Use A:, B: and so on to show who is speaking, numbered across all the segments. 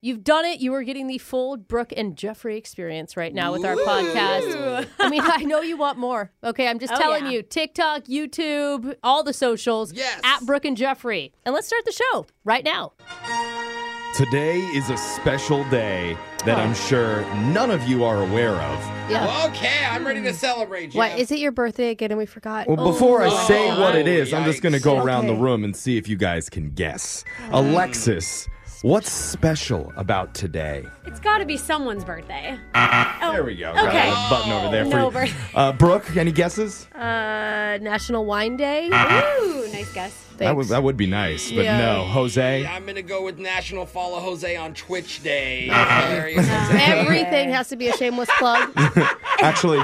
A: You've done it. You are getting the full Brooke and Jeffrey experience right now with our podcast. I mean, I know you want more. Okay, I'm just
B: Oh,
A: telling
B: yeah.
A: you TikTok, YouTube, all the socials yes. at Brooke and Jeffrey. And let's start the show right now.
C: Today is a special day that I'm sure none of you are aware
D: Oh,
C: of.
A: Yeah.
D: Okay, I'm ready to celebrate. Jeff.
E: Hmm. What is it your birthday again and we forgot?
C: Well, before I say
D: Oh,
C: what it is, I'm just going to
D: yikes.
C: go around
E: Okay.
C: the room and see if you guys can guess. Alexis, what's special about today?
E: It's got to be someone's birthday.
C: there we go.
E: okay.
C: Got a button over there
E: No
C: for you.
E: birth-
C: Uh, Brooke, any guesses?
A: Uh, National Wine Day.
E: Ooh, nice guess.
C: That would, that would be nice, but
A: Yeah.
C: no. Jose?
D: I'm gonna go with National Follow Jose on Twitch Day.
E: Everything has to be a shameless plug.
C: Actually,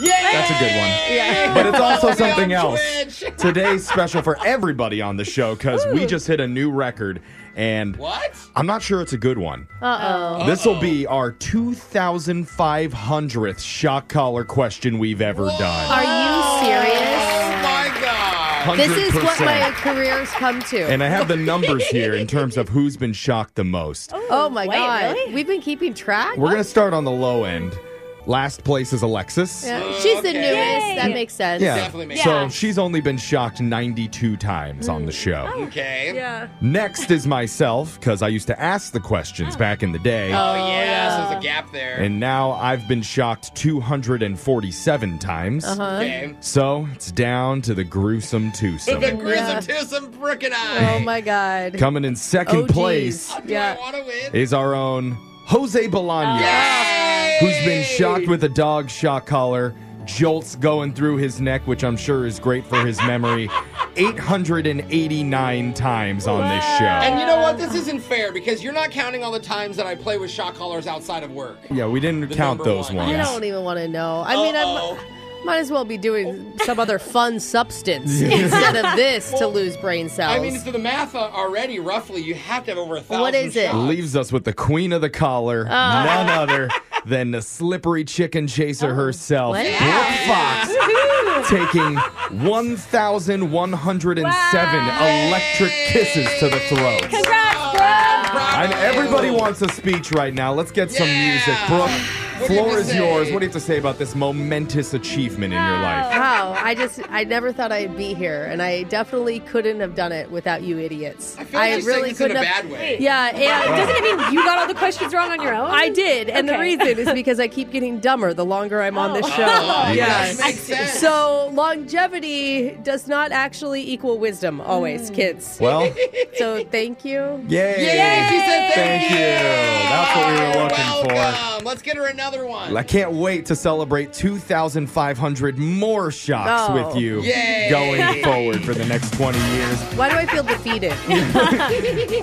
D: yeah,
C: that's a good one.
D: Yeah.
C: But it's also
D: Follow me
C: something
D: on
C: else.
D: Twitch.
C: Today's special for everybody on the show because we just hit a new record, and
D: What?
C: I'm not sure it's a good one.
A: Uh oh.
C: This will be our 2,500th shock collar question we've ever done.
E: Are you serious?
D: Oh my God.
C: 100%.
E: This is what my career's come to.
C: and I have the numbers here in terms of who's been shocked the most.
E: oh my god. We've been keeping track?
C: We're going to start on the low end. Last place is Alexis.
E: Yeah. She's the
D: Oh, Okay.
E: newest. That makes sense.
C: Yeah.
D: Uh, Definitely makes
C: so
D: sense.
C: she's only been shocked 92 times on the
E: Mm.
C: show.
E: Oh.
D: Okay.
A: Yeah.
C: Next is myself, because I used to ask the questions back in the day.
D: Oh yeah, so there's a gap there.
C: And now I've been shocked 247 times.
D: okay.
C: So it's down to the gruesome twosome.
D: The Grissom to some brick and
E: Oh
D: I. Oh,
E: my god.
C: Coming in second
E: OGs.
C: place
D: Do
E: yeah.
D: I want to win?
C: is our own Jose Bolaño,
D: Oh. Yay!
C: who's been shocked with a dog shock collar, jolts going through his neck, which I'm sure is great for his memory, 889 times on this show.
D: And you know what? This isn't fair because you're not counting all the times that I play with shock collars outside of work.
C: Yeah, we didn't
D: The
C: count
D: number
C: those
D: one.
E: I
C: ones.
E: don't even want to know. I mean,
D: Uh-oh.
E: I might as well be doing some other fun substance instead of this to lose brain cells.
D: I mean, to the math uh, already, roughly, you have to have over a thousand.
E: What is it?
D: shots.
C: Leaves us with the queen of the collar,
D: Oh.
C: none other than the slippery chicken
D: Oh.
C: chaser herself,
E: What?
C: Brooke Fox, taking 1,107 electric kisses to the throat. And everybody wants a speech right now. Let's get some
D: Yeah.
C: music. Brooke,
D: What do you have
C: floor
D: to
C: is
D: say?
C: yours. What do you have to say about this momentous achievement in your life?
E: Wow, I just I never thought I'd be here, and I definitely couldn't have done it without you idiots.
D: I feel like you said this in a
E: have-
D: bad way.
E: Yeah, and doesn't it mean
A: You got all the questions wrong on your own?
E: I did, and
A: Okay. Oh.
E: the reason is because I keep getting dumber the longer I'm on this show.
D: Yes. Makes sense.
E: So longevity does not
A: Hmm.
E: actually equal wisdom, always, kids.
C: Well,
E: So thank you.
C: yay.
D: Yay! She said
C: Thank you. That's what we were looking
D: Um, let's get her another one.
C: for. I can't wait to celebrate 2,500 more shocks
F: Oh.
C: with you
F: Yay.
C: going forward for the next 20 years.
F: Why do I feel defeated?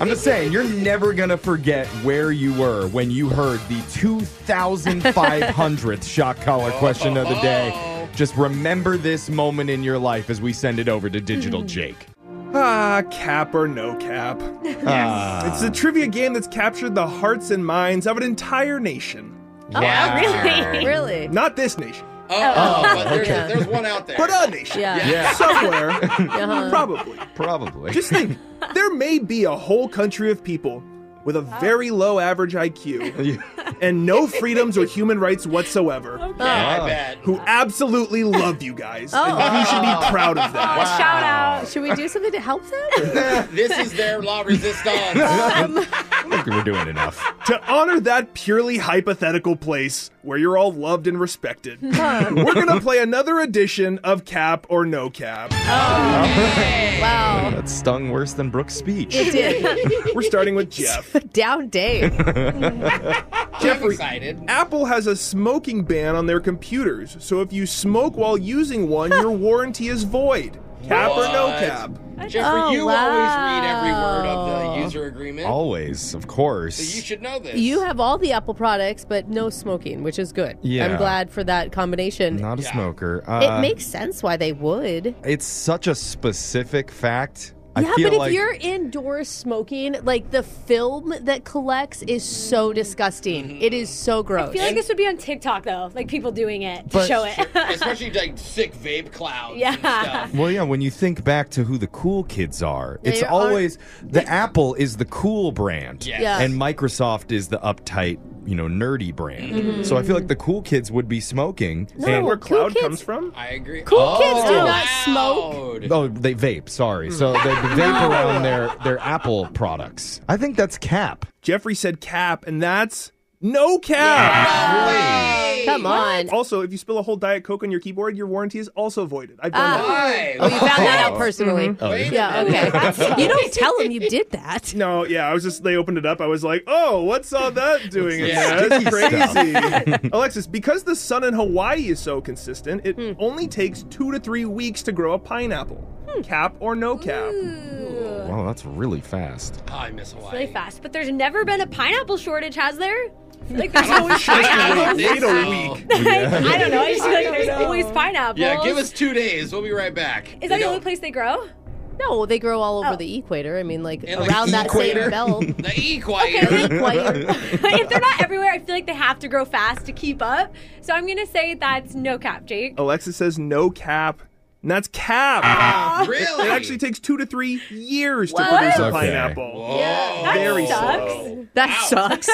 C: I'm just saying, you're never going to forget where you were when you heard the 2,500th shock collar question of the day. Just remember this moment in your life as we send it over to Digital Jake.
G: Ah, cap or no cap.
C: Ah.
G: It's the trivia game that's captured the hearts and minds of an entire nation.
F: Oh, Wow. really? Really?
G: Not this nation.
D: Oh, oh, but there's,
G: okay.
D: there's one out there.
G: But a nation.
D: Yeah.
G: Somewhere.
D: Uh-huh.
G: Probably.
C: Probably.
G: Just think there may be a whole country of people with a very low average IQ and no freedoms or human rights whatsoever.
D: Yeah, I bet.
G: Who absolutely love you guys.
D: Oh.
G: And you should be proud of that.
D: Shout out.
F: Uh, Should we do something to help them?
D: this is their la resistance.
C: I think we're doing enough.
G: to honor that purely hypothetical place where you're all loved and respected, we're going to play another edition of Cap or No Cap.
F: wow.
C: That stung worse than Brooke's speech.
F: It did.
G: We're starting with Jeff.
F: Down Dave.
G: Jeffrey, Apple has a smoking ban on their computers, so if you smoke while using one, your warranty is void. Cap or no
D: What?
G: cap?
D: Jeffrey,
F: Oh,
D: you always read every word of
F: wow.
D: the user agreement.
C: Always, of course.
D: So you should know this.
F: You have all the Apple products, but no smoking, which is good.
C: Yeah.
F: I'm glad for that combination.
C: Not a smoker.
F: it
C: Uh,
F: makes sense why they would.
C: It's such a specific fact.
E: yeah,
C: I feel
E: but if
C: like
E: you're indoors smoking, like the film that collects is so
D: Mm-hmm.
E: disgusting. It is so gross.
A: I feel like this would be on TikTok though, like people doing it to
C: But-
A: show it.
D: Especially like sick vape clouds.
A: yeah.
C: Well, yeah, when you think back to who the cool kids are,
A: They
C: it's
A: are-
C: always the Apple is the cool brand
D: Yes. Yeah.
C: and Microsoft is the uptight, you know, nerdy brand.
D: Mhm.
C: So I feel like the cool kids would be smoking.
G: Is that where cloud comes from?
D: I agree. Oh,
C: Cool kids do not
D: smoke.
C: Oh, they vape. Sorry. So they vape
G: No.
C: around their their Apple products. I think that's cap.
G: Jeffrey said cap, and that's no cap.
F: Come on.
G: Also, if you spill a whole Diet Coke on your keyboard, your warranty is also voided. I've done that.
F: Well, Oh, you found that out personally.
G: Mhm. Oh, yeah.
F: yeah, okay. you don't tell them you did that.
G: No, yeah, I was just, they opened it up. I was like, oh, what's all that doing in
D: Yeah.
G: there? That's
D: Sticky stuff.
G: crazy. Alexis, because the sun in Hawaii is so consistent, it only takes two to three weeks to grow a pineapple. Cap or no cap?
C: Wow, that's really fast.
D: I miss
A: It's really fast. But there's never been a pineapple shortage, has there? Like
D: I
A: there's
D: don't
A: always
D: think so.
A: pineapples.
D: Wait a week.
A: I don't know. I just feel like there's
D: I don't know.
A: always pineapples.
D: Yeah, give us two days. We'll be right back.
A: Is that the only place they grow? Oh.
F: No, they grow all over the equator. I mean, like
D: And, like,
F: around that
D: equator.
F: same belt.
D: The equator.
A: if they're not everywhere, I feel like they have to grow fast to keep up. So I'm gonna say that's no cap, Jake.
G: Alexis says no cap. And that's cap.
A: Ah,
G: Uh,
D: really?
G: It actually takes two to three years to
A: What?
G: produce a
A: Okay.
G: pineapple.
A: That
G: Very
A: sucks.
G: slow.
F: That sucks.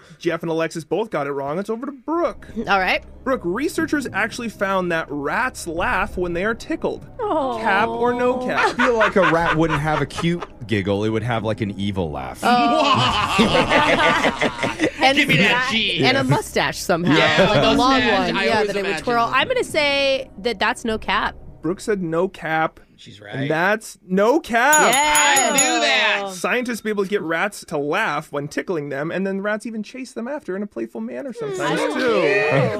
G: Jeff and Alexis both got it wrong. It's over to Brooke.
F: All right.
G: Brooke, researchers actually found that rats laugh when they are tickled. Cap or no
C: I
G: cap?
C: feel like a rat wouldn't have a cute giggle. It would have like an evil laugh.
E: Oh,
F: and
D: Give me that G.
F: and a mustache somehow,
C: Yeah,
F: like a
C: mustache,
F: long one.
D: I
F: yeah,
D: always
F: that it would
D: imagined.
F: twirl. I'm gonna say that that's no cap.
G: Brooke said no cap.
D: She's
G: right. And that's no cap.
F: Yeah. I
D: knew that.
G: Scientists be able to get rats to laugh when tickling them, and then rats even chase them after in a playful manner
E: Hmm.
G: sometimes,
D: Oh,
G: too.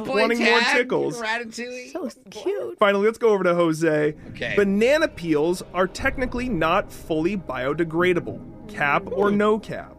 D: Boy,
G: Wanting more
D: Tad,
G: tickles.
D: Ratatouille.
F: So cute.
G: Finally, let's go over to Jose.
D: Okay.
G: Banana peels are technically not fully biodegradable. Cap
D: Hmm.
G: or no cap?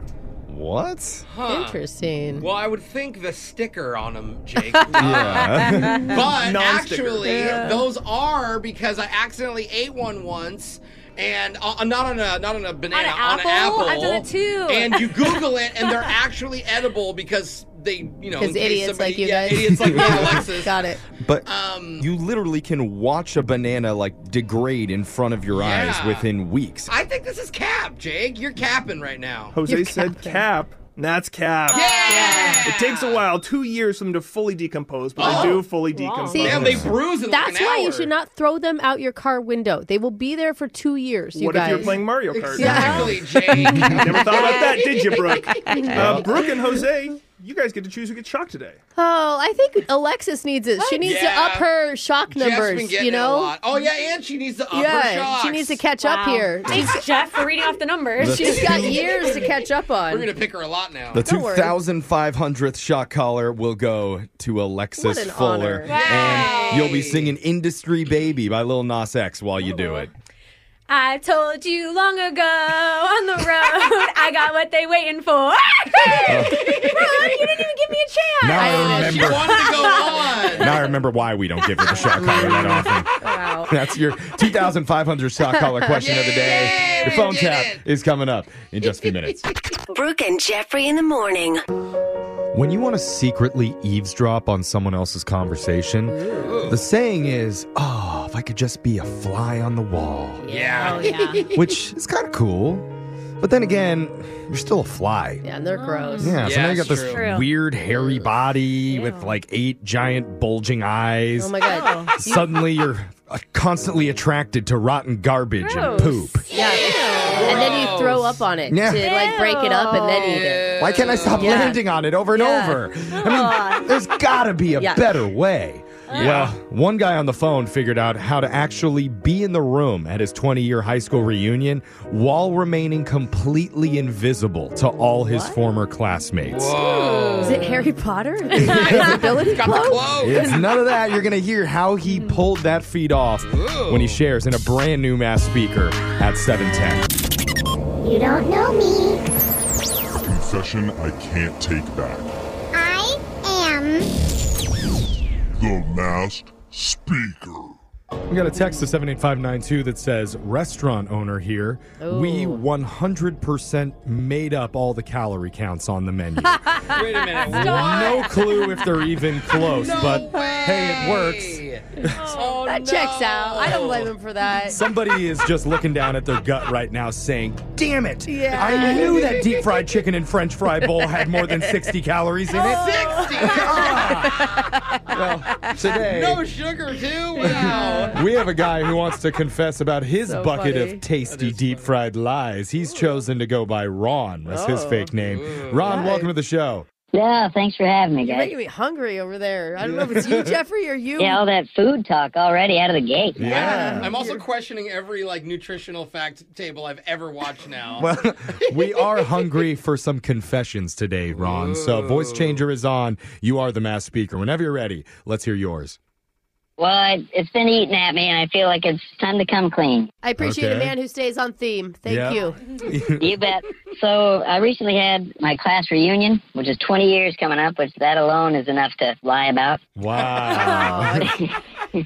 C: What?
D: Huh.
F: Interesting.
D: Well, I would think the sticker on them, Jake.
C: Yeah.
D: But
G: Non-sticker.
D: actually,
G: Yeah.
D: those are because I accidentally ate one once. And uh, not on a not on a banana on an apple.
A: apple? I've done it too.
D: And you Google it, and they're actually edible because they, you know, in
F: Because
D: case
F: idiots
D: somebody-
F: like you
D: yeah,
F: guys.
D: idiots like me, Alexis.
F: Got it.
C: But
E: um,
C: you literally can watch a banana like degrade in front of your eyes
D: Yeah.
C: within weeks.
D: I think this is cap, Jake. You're capping right now.
G: Jose said cap. and That's cap. It takes a while, two years for them to fully decompose, but they do fully decompose.
E: Oh! See,
D: Damn, they bruise in
E: That's
D: like an
E: why
D: hour.
E: you should not throw them out your car window. They will be there for two years. You
G: What if
E: guys.
G: you're playing Mario Kart?
E: Exactly,
D: Jake.
G: Never thought about that, did you, Brooke? Uh,
C: Well-
G: Brooke and Jose, you guys get to choose who gets shocked today.
E: Oh, I think Alexis needs it. She needs to
G: Yeah.
E: up her shock
G: Jeff's been
E: numbers.
G: getting
E: You
G: it a
E: know.
G: lot.
D: Oh yeah, and she needs to up her
E: yeah,
D: shocks.
E: she needs to catch up
A: Wow.
E: here.
A: Thanks, Jeff, for reading off the numbers.
E: She's got years to catch up on.
D: We're gonna pick her a lot now.
C: The 2,500th shot collar will go to
E: What
C: Alexis
E: an honor.
C: Fuller. And you'll be singing Industry Baby by Lil Nas X while you do it.
A: I told you long ago on the road, I got what they waiting for. Ron, you didn't even give me a chance.
C: Now I
A: Oh,
C: remember.
A: wanted
C: Now I remember why we don't give her the shot collar that often.
E: Wow.
C: That's your 2,500 shot collar question of the day. Your phone tap is coming up in just a few minutes.
H: Brooke and Jeffrey in the morning.
C: When you want to secretly eavesdrop on someone else's conversation, the saying is, oh, if I could just be a fly on the wall,
E: Oh,
D: Yeah.
C: which is kind of cool. But then again, you're still a fly.
E: Yeah, and they're gross.
C: Yeah, so now you got
E: that's
C: this
E: Oh. true.
C: weird hairy body with like eight giant bulging eyes.
E: Oh my god. You-
C: Suddenly you're uh, constantly attracted to rotten garbage and poop.
E: Yeah. And then you throw up on it
C: Yeah.
E: to like break it up and then eat it.
C: Why can't I stop
E: Yeah.
C: landing on it over and
E: Yeah.
C: over? I mean, there's gotta be a
E: Yeah.
C: better way. Well, one guy on the phone figured out how to actually be in the room at his 20 year high school reunion while remaining completely invisible to all his former classmates.
E: Is it Harry Potter? Invisibility cloak?
C: It's none of that. You're going to hear how he pulled that feat off when he shares in a brand new mass speaker at 710.
I: You don't know me.
J: A confession I can't take back.
I: I am.
J: The masked speaker.
C: We got a text to 78592 that says, Restaurant owner here. We 100% made up all the calorie counts on the menu.
D: Wait a minute.
C: no clue if they're even close, but hey, it works.
D: Oh,
E: that checks out. I don't blame him for that.
C: Somebody is just looking down at their gut right now saying, Damn it!
E: Yeah.
C: I knew that deep fried chicken and french fry bowl had more than 60 calories in it. Today,
D: No sugar too. Wow.
C: we have a guy who wants to confess about his
D: So
C: bucket
D: funny.
C: of tasty deep fried lies. He's chosen to go by Ron as his
E: Oh.
C: fake name. Ron, welcome to the show.
K: Yeah, thanks for having
D: Oh,
K: me,
E: You're
K: guys.
E: making me hungry over there. I don't know if it's you, Jeffrey, or you.
K: Yeah, all that food talk already out of the gate.
D: I'm also questioning every like nutritional fact table I've ever watched now.
C: Well, we are hungry for some confessions today, Ron. So, voice changer is on. You are the mass speaker. Whenever you're ready, let's hear yours.
K: Well, it, it's been eating at me, and I feel like it's time to come clean.
E: I appreciate a
K: Okay.
E: man who stays on theme. Thank
K: Yeah.
E: you.
K: you bet. So I recently had my class reunion, which is 20 years coming up, which that alone is enough to lie about. Uh,
C: Wow.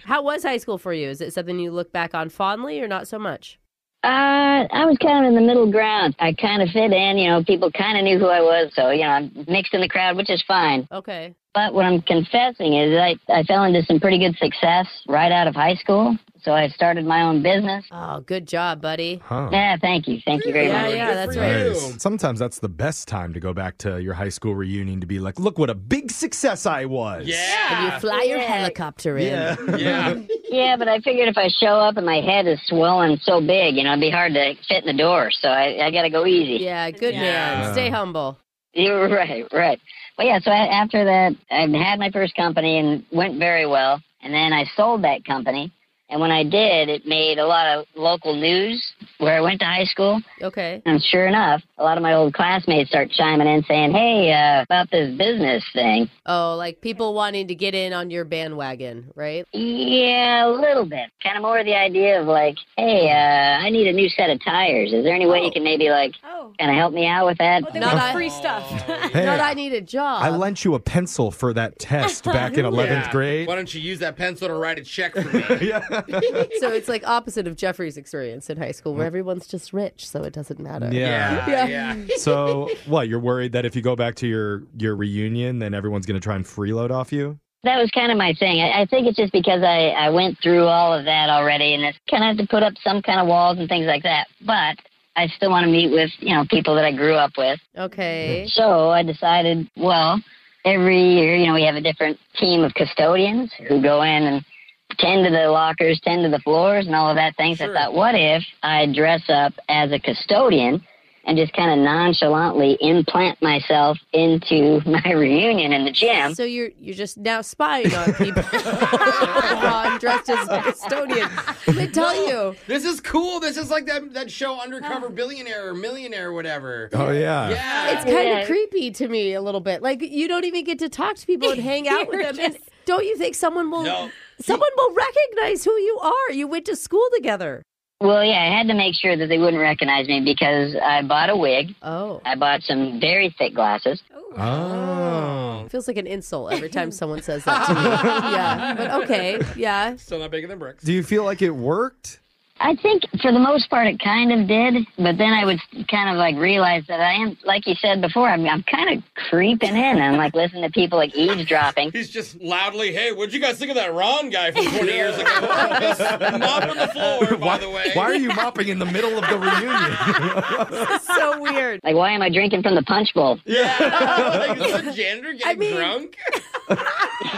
E: How was high school for you? Is it something you look back on fondly or not so much?
K: Uh, I was kind of in the middle ground. I kind of fit in, you know, people kind of knew who I was, so, you know, I'm mixed in the crowd, which is fine.
E: Okay.
K: But what I'm confessing is I, I fell into some pretty good success right out of high school. So I started my own business.
E: Oh, good job, buddy.
C: Huh.
K: Yeah, thank you. Thank you very
E: Yeah,
K: much.
E: yeah, that's right.
C: Nice. Sometimes that's the best time to go back to your high school reunion to be like, look what a big success I was.
E: And you fly your helicopter in.
C: Yeah.
K: Yeah, but I figured if I show up and my head is swollen so big, you know, it'd be hard to fit in the door. So I, I got to go easy.
E: Yeah, good
K: Yeah.
E: man. Stay humble.
K: You're right, right. But yeah, so I, after that, I had my first company and went very well. And then I sold that company. And when I did, it made a lot of local news where I went to high school.
E: Okay.
K: And sure enough, a lot of my old classmates start chiming in saying, hey, uh, about this business thing.
E: Oh, like people wanting to get in on your bandwagon, right?
K: Yeah, a little bit. Kind of more the idea of like, hey, uh, I need a new set of tires. Is there any way you can maybe like kind of help me out with that?
E: Not I, free stuff.
C: Hey.
E: Not I need a job.
C: I lent you a pencil for that test back in 11th
D: Yeah.
C: grade.
D: Why don't you use that pencil to write a check for me?
E: so it's like opposite of Jeffrey's experience in high school, where everyone's just rich, so it doesn't matter.
C: Yeah. so, what, you're worried that if you go back to your, your reunion, then everyone's going to try and freeload off you?
K: That was kind of my thing. I, I think it's just because I, I went through all of that already and it's kind of have to put up some kind of walls and things like that. But I still want to meet with, you know, people that I grew up with.
E: Okay.
K: So I decided, well, every year, you know, we have a different team of custodians who go in and tend to the lockers, tend to the floors, and all of that things. I thought, what if I dress up as a custodian and just kind of nonchalantly implant myself into my reunion in the gym.
F: So you're you're just now spying on people. I'm dressed as an Estonian. Let me tell
D: No,
F: you.
D: This is cool. This is like that, that show Undercover Billionaire or Millionaire or whatever.
C: Oh, yeah.
D: Yeah.
F: It's kind of creepy to me a little bit. Like you don't even get to talk to people and hang out with
E: You're
F: them. And don't you think someone will someone will recognize who you are? You went to school together.
K: Well, yeah, I had to make sure that they wouldn't recognize me because I bought a wig.
F: Oh.
K: I bought some very thick glasses.
C: Oh.
F: Feels like an insult every time someone says that to me. yeah. But okay. Yeah.
D: Still not bigger than bricks.
C: Do you feel like it worked?
K: I think for the most part it kind of did, but then I would kind of like realize that I am, like you said before, I'm, I'm kind of creeping in. I'm like listening to people like eavesdropping.
D: He's just loudly, hey, what'd you guys think of that Ron guy from 20 years ago? Just mop on the floor, by the way.
C: Why are you mopping in the middle of the reunion?
F: so weird.
K: Like, why am I drinking from the punch bowl?
D: Yeah. like, is the janitor getting drunk?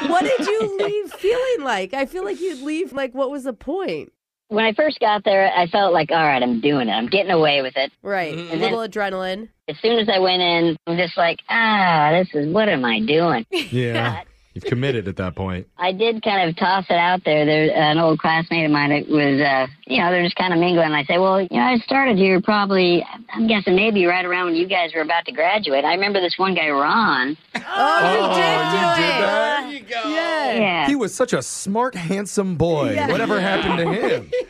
F: What did you leave feeling like? I feel like you'd leave like what was the point?
K: When I first got there, I felt like, all right, I'm doing it. I'm getting away with it.
F: Right.
C: Mm-hmm.
F: A
K: then-
F: little adrenaline.
K: As soon as I went in, I'm just like, ah, this is, what am I doing?
C: yeah. You've committed at that point.
K: I did kind of toss it out there. There, an old classmate of mine that was, uh, you know, they're just kind of mingling. I say, well, you know, I started here probably, I'm guessing maybe right around when you guys were about to graduate. I remember this one guy, Ron.
F: Oh,
C: you did
F: do
C: it.
D: There you go.
K: Yeah.
C: He was such a smart, handsome boy.
K: Yeah.
C: Whatever happened to him?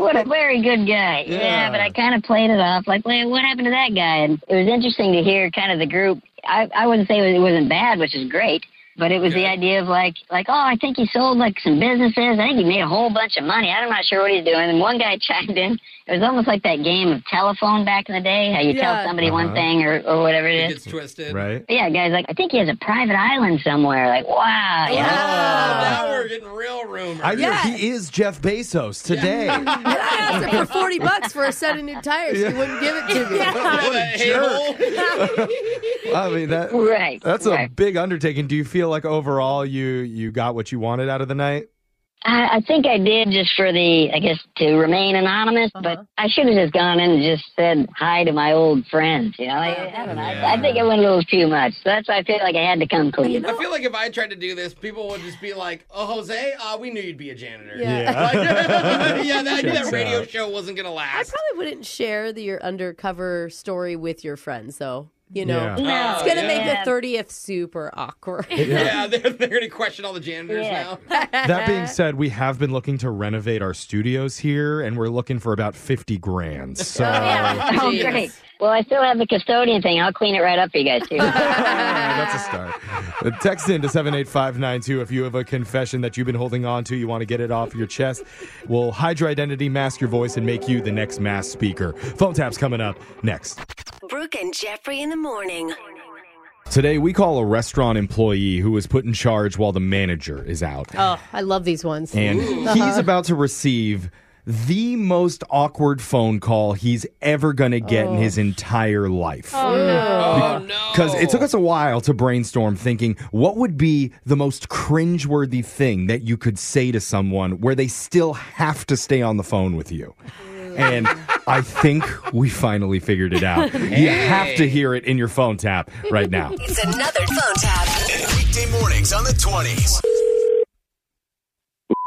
K: What a very good guy. Yeah,
C: Yeah.
K: but I kind of played it off like, wait, what happened to that guy? And it was interesting to hear kind of the group. I, I wouldn't say it wasn't bad, which is great, but it was the idea of like, like, oh, I think he sold like some businesses. I think he made a whole bunch of money. I'm not sure what he's doing. And one guy chimed in. It was almost like that game of telephone back in the day, how you
D: Yeah.
K: tell somebody one
D: Uh-huh.
K: thing or, or whatever
D: It
K: it is.
D: gets twisted.
C: Right.
K: But yeah, guys, like, I think he has a private island somewhere. Like, wow.
D: Oh,
K: you know?
D: now we're getting real rumors.
C: I mean, he is Jeff Bezos today.
F: I asked him for 40 bucks for a set of new tires. He
C: Yeah.
F: wouldn't give it to me.
C: What a jerk. I mean that
K: Right,
C: that's a
K: right.
C: big undertaking. Do you feel like overall you you got what you wanted out of the night?
K: I, I think I did just for the, I guess, to remain anonymous, but I should have just gone in and just said hi to my old friends. You know, like, I don't know. I, I think it went a little too much. So that's why I feel like I had to come clean.
D: I feel like if I tried to do this, people would just be like, "Oh, Jose, uh, we knew you'd be a janitor."
F: Yeah.
C: Yeah.
D: Like, yeah, that,
C: Checks
D: that radio
C: out.
D: show wasn't gonna
F: I
D: last.
F: probably wouldn't share the, your undercover story with your friends, though. You know,
C: Oh, Yeah.
D: No,
F: it's gonna
D: yeah.
F: make the 30th super awkward.
D: Yeah, they're, they're gonna question all the janitors now.
C: That being said, we have been looking to renovate our studios here and we're looking for about 50 grand. So
K: oh,
F: Jeez.
K: great. Well, I still have the custodian thing. I'll clean it right up for you guys, too.
C: that's a start. Uh, Text in to 78592 if you have a confession that you've been holding on to, you want to get it off your chest. We'll hide your identity, mask your voice, and make you the next mass speaker. Phone tap's coming up next.
H: Brooke and Jeffrey in the morning.
C: Today, we call a restaurant employee who was put in charge while the manager is out.
F: Oh, I love these ones.
C: And
F: Uh-huh.
C: he's about to receive the most awkward phone call he's ever going to get in his entire life.
F: Oh, no.
C: Because it took us a while to brainstorm thinking what would be the most cringeworthy thing that you could say to someone where they still have to stay on the phone with you.
F: Mm.
C: And I think we finally figured it out. You have to hear it in your phone tap right now.
H: It's another phone tap.
L: Weekday mornings on the 20s.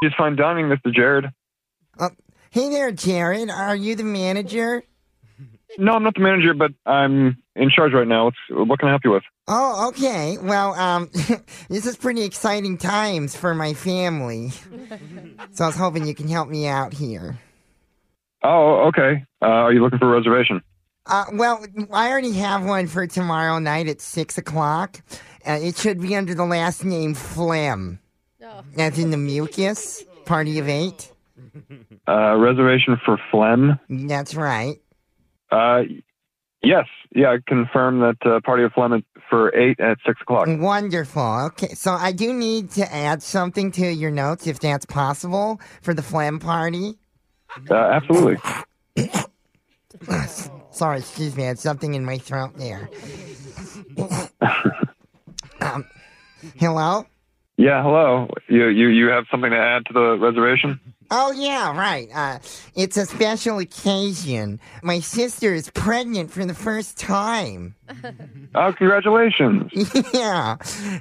M: Just fine dining, Mr. Jared.
N: Hey there, Jared. Are you the manager?
M: No, I'm not the manager, but I'm in charge right now. What's, what can I help you with?
N: Oh, okay. Well, um, this is pretty exciting times for my family. So I was hoping you can help me out here.
M: Oh, okay. Uh, are you looking for a reservation?
N: Uh, well, I already have one for tomorrow night at 6 o'clock. Uh, it should be under the last name Phlegm. As in the mucus, party of eight.
M: Uh, reservation for Phlegm?
N: That's right.
M: Uh, yes. Yeah, I confirm that uh, party of Phlegm at- for 8 at 6 o'clock.
N: Wonderful. Okay, so I do need to add something to your notes if that's possible for the Phlegm party.
M: Uh, absolutely.
N: Sorry, excuse me. I had something in my throat there. um, hello?
M: Yeah, hello. You, you, you have something to add to the reservation?
N: Oh, yeah, right. Uh, it's a special occasion. My sister is pregnant for the first time.
M: Oh, congratulations.
N: yeah.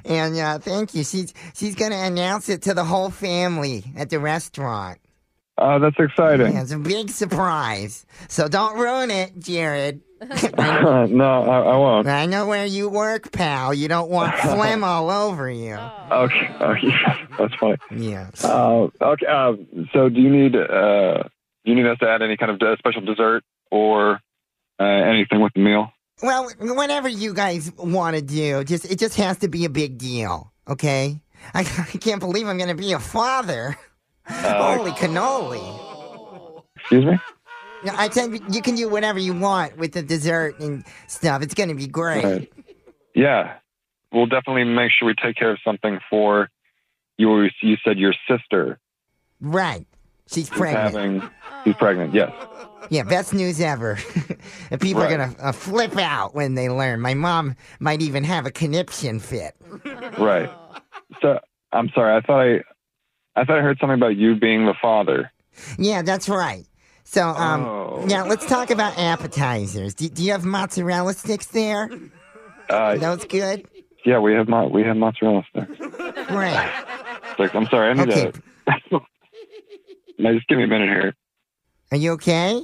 N: And uh, thank you. She's, she's going to announce it to the whole family at the restaurant.
M: Oh, that's exciting.
N: Yeah, it's a big surprise. So don't ruin it, Jared.
M: no, I, I won't.
N: I know where you work, pal. You don't want phlegm all over you.
M: Okay, oh, yeah, that's funny.
N: Yeah.
M: Uh, okay. Uh, so, do you need uh, do you need us to add any kind of uh, special dessert or uh, anything with the meal?
N: Well, whatever you guys want to do, just it just has to be a big deal, okay? I, I can't believe I'm going to be a father.
M: Uh,
N: Holy cannoli!
M: Excuse me.
N: No, I said you can do whatever you want with the dessert and stuff. It's going to be great.
M: Right. Yeah, we'll definitely make sure we take care of something for you. You said your sister
N: Right. She's
M: is
N: pregnant.
M: having. She's pregnant. Yes.
N: Yeah, best news ever. and people are
M: Right.
N: going to uh, flip out when they learn. My mom might even have a conniption fit.
M: Right. So I'm sorry. I thought I, I thought I heard something about you being the father.
N: Yeah, that's right. So, um,
M: Oh.
N: now let's talk about appetizers. Do, do you have mozzarella sticks there?
M: Uh,
N: Those good?
M: Yeah, we have mo- we have mozzarella sticks.
N: Great.
M: Like, I'm sorry. I need
N: Okay.
M: to. now, just give me a minute here.
N: Are you okay?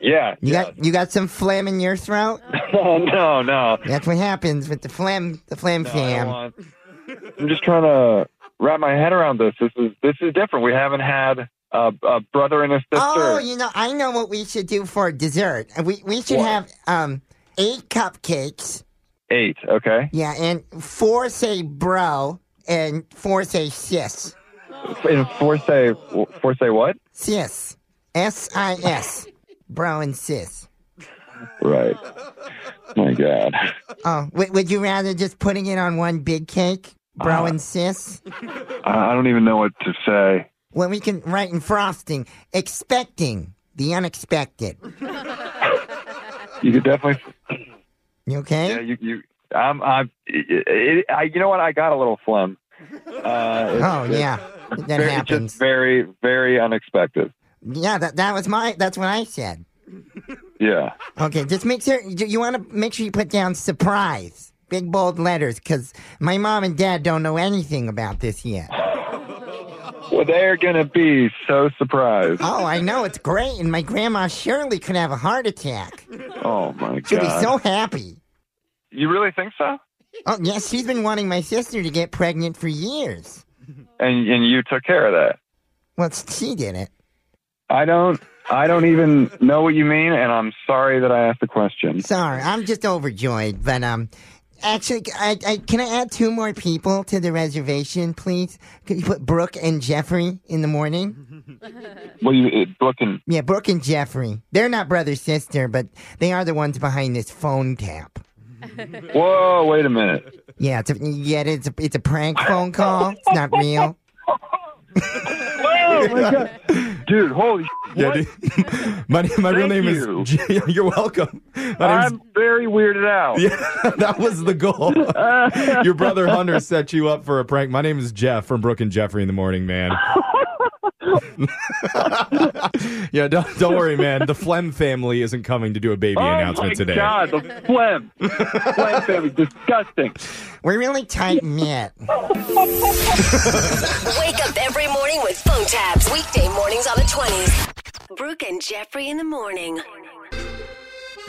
M: yeah.
N: You got you got some phlegm in your throat?
M: No, no, no.
N: That's what happens with the phlegm the phlegm
M: No, I don't
N: fam.
M: want- I'm just trying to wrap my head around this. This is this is different. We haven't had a, a brother and a sister.
N: Oh, you know, I know what we should do for dessert. Uh, We we should
M: What?
N: have um eight cupcakes.
M: Eight. Okay.
N: Yeah, and four say bro and four say sis.
M: And four say four say what?
N: Sis. S I S. Bro and sis.
M: Right. My God.
N: Oh, w- would you rather just putting it on one big cake? Bro and sis?
M: I, I don't even know what to say.
N: Well, we can write in frosting, expecting the unexpected.
M: You could definitely.
N: You okay?
M: Yeah. You. you I'm. I'm. It, it, I. You know what? I got a little phlegm. Uh, it's-
N: Oh,
M: it's
N: yeah. That
M: very,
N: happens.
M: Just very, very unexpected.
N: Yeah, that, that was my, that's what I said.
M: Yeah.
N: Okay, just make sure you, you want to make sure you put down surprise, big bold letters, because my mom and dad don't know anything about this yet.
M: Well, they're gonna be so surprised.
N: Oh, I know it's great, and my grandma surely could have a heart attack.
M: Oh my God.
N: She'll be so happy.
M: You really think so?
N: Oh yes, she's been wanting my sister to get pregnant for years.
M: And and you took care of that.
N: Well, she did it.
M: I don't. I don't even know what you mean, and I'm sorry that I asked the question.
N: Sorry, I'm just overjoyed, but um, actually, I, I can I add two more people to the reservation, please? Could you put Brooke and Jeffrey in the
M: Mm-hmm.
N: morning?
M: Well, you, it, Brooke and
N: Yeah, Brooke and Jeffrey. They're not brother sister, but they are the ones behind this phone tap.
M: whoa, wait a minute.
N: Yeah, it's a, yet it's a, it's a prank phone call. It's not real.
M: Oh my God, dude, holy.
C: Yeah, dude. my my real
M: Thank
C: name
M: you.
C: is. J- You're welcome. My name's,
M: I'm very weirded out.
C: yeah, that was the goal. Your brother Hunter set you up for a prank. My name is Jeff from Brooke and Jeffrey in the Morning, man. yeah, don't don't worry, man. The Flem family isn't coming to do a baby
M: oh
C: announcement
M: my
C: today.
M: God, the phlegm. phlegm family, disgusting.
N: We're really tight knit.
H: Wake up every morning with phone tabs. Weekday mornings on the 20s. Brooke and Jeffrey in the morning.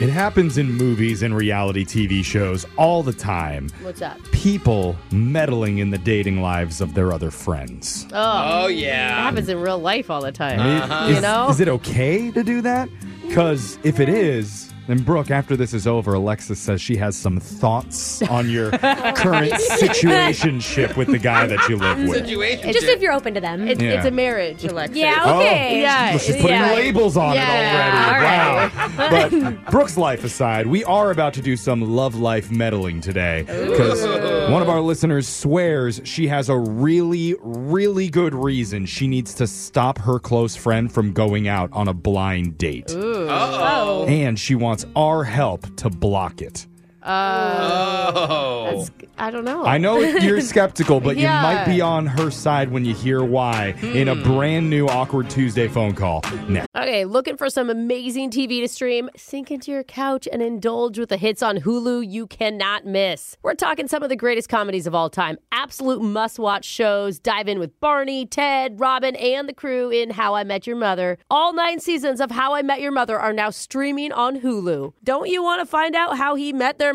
C: It happens in movies and reality TV shows all the time.
F: What's up?
C: People meddling in the dating lives of their other friends.
F: Oh,
E: Oh, yeah. Uh-huh.
F: That happens in real life all the time.
C: I mean,
F: Uh-huh. You
C: is,
F: know?
C: is it okay to do that? Because if it is, then Brooke, after this is over, Alexis says she has some thoughts on your current situationship with the guy that you live with.
A: Situation. Just if you're open to them.
F: It's,
C: Yeah.
F: it's a marriage, Alexis.
A: Yeah, okay.
C: Oh,
F: Yeah,
C: well, she's putting
F: yeah.
C: labels on
F: Yeah,
C: it already. Wow. but Brooke's life aside, we are about to do some love life meddling today because
F: Ooh.
C: one of our listeners swears she has a really, really good reason she needs to stop her close friend from going out on a blind date.
F: Ooh. Oh.
C: And she wants our help to block it.
F: Oh. Uh,
C: Oh.
F: that's, I don't know.
C: I know you're skeptical, but
F: Yeah. Hmm.
C: you might be on her side when you hear why in a brand new Awkward Tuesday phone call next.
E: Okay, looking for some amazing TV to stream? Sink into your couch and indulge with the hits on Hulu you cannot miss. We're talking some of the greatest comedies of all time, absolute must watch shows. Dive in with Barney, Ted, Robin, and the crew in How I Met Your Mother. All nine seasons of How I Met Your Mother are now streaming on Hulu. Don't you want to find out how he met their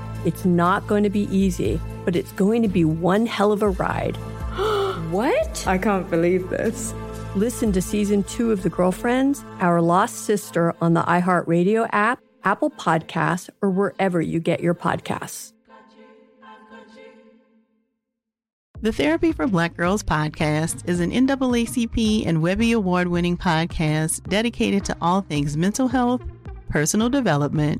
B: It's not going to be easy, but it's going to be one hell of a ride. what? I can't believe this. Listen to season two of The Girlfriends, Our Lost Sister on the iHeartRadio app, Apple Podcasts, or wherever you get your podcasts.
O: The Therapy for Black Girls podcast is an NAACP and Webby Award winning podcast dedicated to all things mental health, personal development,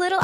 P: little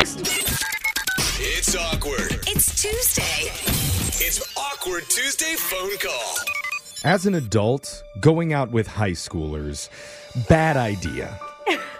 L: It's awkward.
H: It's Tuesday.
L: It's awkward Tuesday phone call.
C: As an adult, going out with high schoolers, bad idea.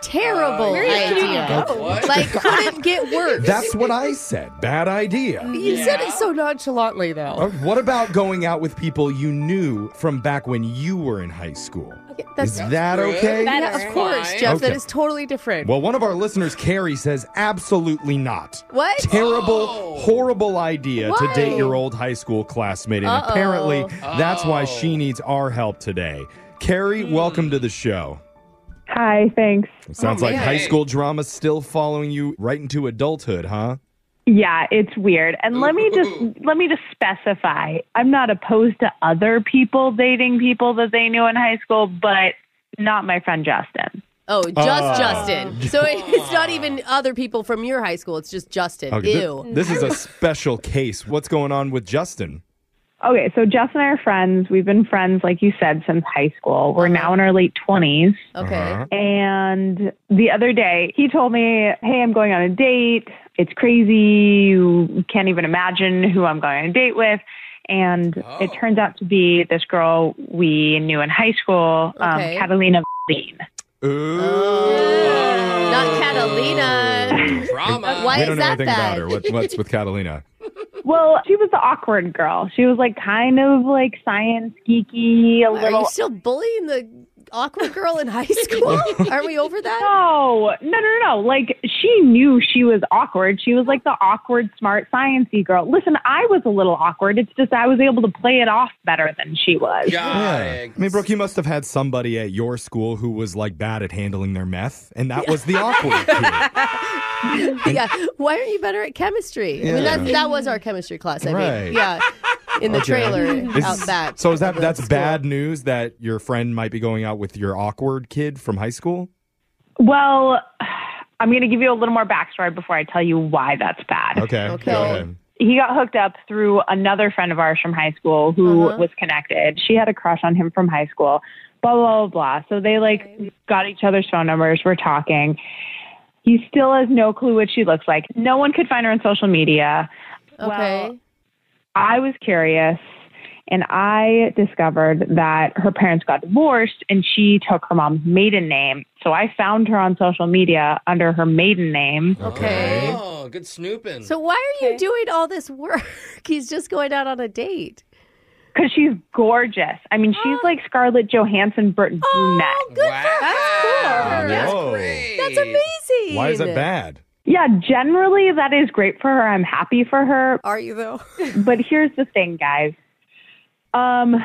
F: Terrible
E: Where did you
F: idea.
C: go? What?
F: Like couldn't get worse.
C: That's what I said. Bad idea.
F: You said it so nonchalantly though.
C: Uh, What about going out with people you knew from back when you were in high school?
F: That's-
C: is that okay?
F: Yeah, of course, Jeff. That
C: Okay.
F: is totally different.
C: Well, one of our listeners, Carrie, says absolutely not.
F: What?
C: Terrible, horrible idea to
F: Why?
C: date your old high school classmate. And
F: Uh-oh.
C: apparently, that's why she needs our help today. Carrie, welcome to the show.
Q: Hi, thanks. Oh,
C: Sounds like high school drama still following you right into adulthood, huh?
Q: Yeah, it's weird. And let me just let me just specify. I'm not opposed to other people dating people that they knew in high school, but not my friend Justin.
F: Oh, just
C: Ah.
Q: Oh.
F: Justin. So it- it's not even other people from your high school. It's just Justin.
C: Okay, thi-
F: Ew.
C: this is a special case. What's going on with Justin?
Q: Okay, so Jess and I are friends. We've been friends, like you said, since high school. We're now in our late 20s.
E: Okay.
Q: And the other day, he told me, Hey, I'm going on a date. It's crazy. You can't even imagine who I'm going on a date with. And it turns out to be this girl we knew in high school, um,
E: Okay.
Q: Catalina. Dean.
E: Not Catalina.
Q: Drama.
E: Why
C: we
E: is
C: don't know
Q: that
C: anything
Q: bad?
C: about her. What, what's with Catalina?
Q: Well, she was the awkward girl. She was like kind of like science geeky, a
E: Why,
Q: little.
E: Are you still bullying the awkward girl in high school? Are we over that?
Q: No, no, no, no. Like she knew she was awkward. She was like the awkward, smart, sciencey girl. Listen, I was a little awkward. It's just I was able to play it off better than she was.
C: Yeah. I mean, Brooke, you must have had somebody at your school who was like bad at handling their meth, and that was the awkward. kid.
E: yeah. Why aren't you better at chemistry? I mean,
C: Yeah.
E: that, that was our chemistry class. I
C: Right.
E: mean, yeah. In the
C: Okay.
E: trailer
C: Is-
E: out back.
C: So is that
E: of the
C: that's
E: school.
C: bad news that your friend might be going out with your awkward kid from high school?
Q: Well, I'm going to give you a little more backstory before I tell you why that's bad.
C: Okay.
Q: Okay.
C: Go ahead.
Q: He got hooked up through another friend of ours from high school who
R: Uh-huh.
Q: was connected. She had a crush on him from high school. Blah blah blah. blah. So they like got each other's phone numbers. We're talking. He still has no clue what she looks like. No one could find her on social media.
E: Okay.
Q: I was curious and I discovered that her parents got divorced and she took her mom's maiden name. So I found her on social media under her maiden name.
E: Okay.
S: Oh, good snooping.
E: So why are you doing all this work? He's just going out on a date.
Q: Because she's gorgeous. I mean,
E: Oh.
Q: she's like Scarlett Johansson, Burt brunette.
E: Wow.
Q: That's
C: Whoa.
E: That's amazing.
C: Why is that bad?
Q: Yeah, generally that is great for her. I'm happy for her.
E: Are you though?
Q: but here's the thing, guys. Um,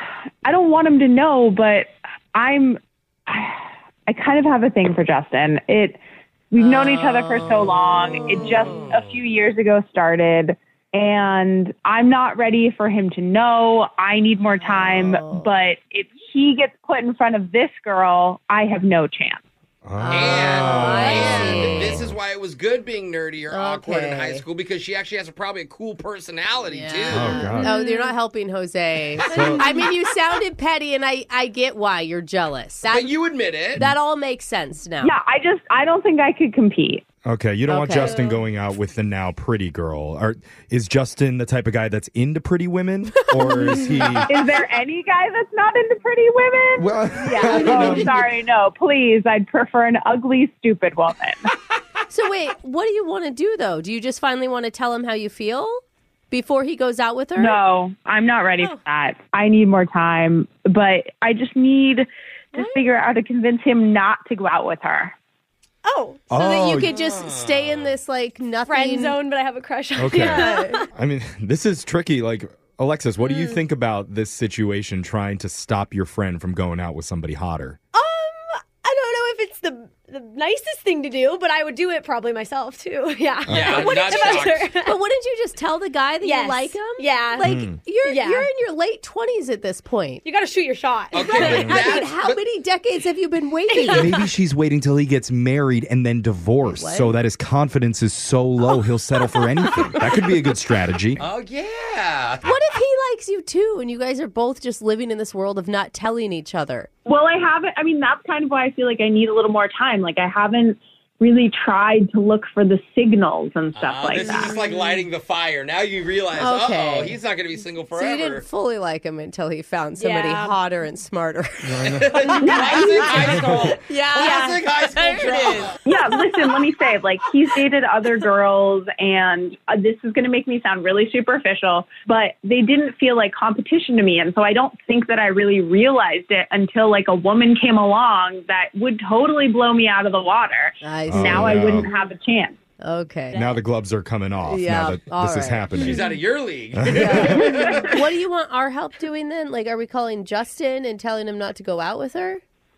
Q: I don't want him to know, but I'm. I kind of have a thing for Justin. It. We've known each
E: Oh.
Q: other for so long. It just a few years ago started, and I'm not ready for him to know. I need more time.
E: Oh.
Q: But if he gets put in front of this girl, I have no chance.
C: Oh.
S: And this is why it was good being nerdy or awkward in high
E: Okay.
S: school because she actually has a, probably a cool personality too.
C: Oh,
D: Um,
C: God.
E: Oh, you're not helping Jose.
C: So-
E: I mean, you sounded petty, and I, I get why you're jealous. That,
S: you admit it.
E: That all makes sense now.
Q: Yeah, I just I don't think I could compete.
C: Okay, you don't want
E: Okay.
C: Justin going out with the now pretty girl. Are, is Justin the type of guy that's into pretty women, or is he?
Q: Is there any guy that's not into pretty women?
C: Well, um,
Q: yeah. Oh, sorry, no. Please, I'd prefer an ugly, stupid woman.
E: So wait, what do you want to do though? Do you just finally want to tell him how you feel before he goes out with her?
Q: No, I'm not ready
S: Oh.
Q: for that. I need more time, but I just need to figure out how to convince him not to go out with her.
E: Oh, so that you could just stay in this like nothing friend zone, but I have a crush on
C: Okay. I mean, this is tricky. Like, Alexis, what do
E: Hmm.
C: you think about this situation trying to stop your friend from going out with somebody hotter?
A: um,
D: I don't know if it's the the nicest thing to do, but I would do it probably myself too. Yeah.
C: Yeah, I'm
D: Wouldn't
C: not
D: you
C: shocked.
D: either?
E: but wouldn't you just tell the guy that you
D: Yes.
E: like him?
D: Yeah.
E: Like
D: Mm.
E: you're
D: Yeah.
E: you're in your late twenties at this point.
D: You got to shoot your shot.
E: Right? I mean, how many decades have you been waiting?
C: Maybe she's waiting till he gets married and then divorced
E: What?
C: so that his confidence is so low he'll settle for anything. That could be a good strategy.
S: Oh yeah.
E: What if he likes you too, and you guys are both just living in this world of not telling each other?
Q: Well, I haven't. I mean, that's kind of why I feel like I need a little more time. Like, I haven't really tried to look for the signals and stuff
S: Uh,
Q: like
S: this
Q: that.
S: is just like lighting the fire. Now you realize,
E: Okay.
S: oh, he's not going to be single
E: So
S: forever.
E: you didn't fully like him until he found somebody
S: Yeah.
E: hotter and smarter.
S: Classic high school.
E: Yeah.
S: Classic Oh, high school drama.
Q: yeah, listen, let me say, like, he's dated other girls, and uh, this is going to make me sound really superficial, but they didn't feel like competition to me. And so I don't think that I really realized it until, like, a woman came along that would totally blow me out of the water.
E: I
C: see.
Q: Now
C: Oh, no.
Q: I wouldn't have a chance.
E: Okay.
C: Now the gloves are coming off.
E: Yeah,
C: now that this
E: all
C: is
E: right.
C: happening.
S: She's out of your league.
E: what do you want our help doing then? Like, are we calling Justin and telling him not to go out with her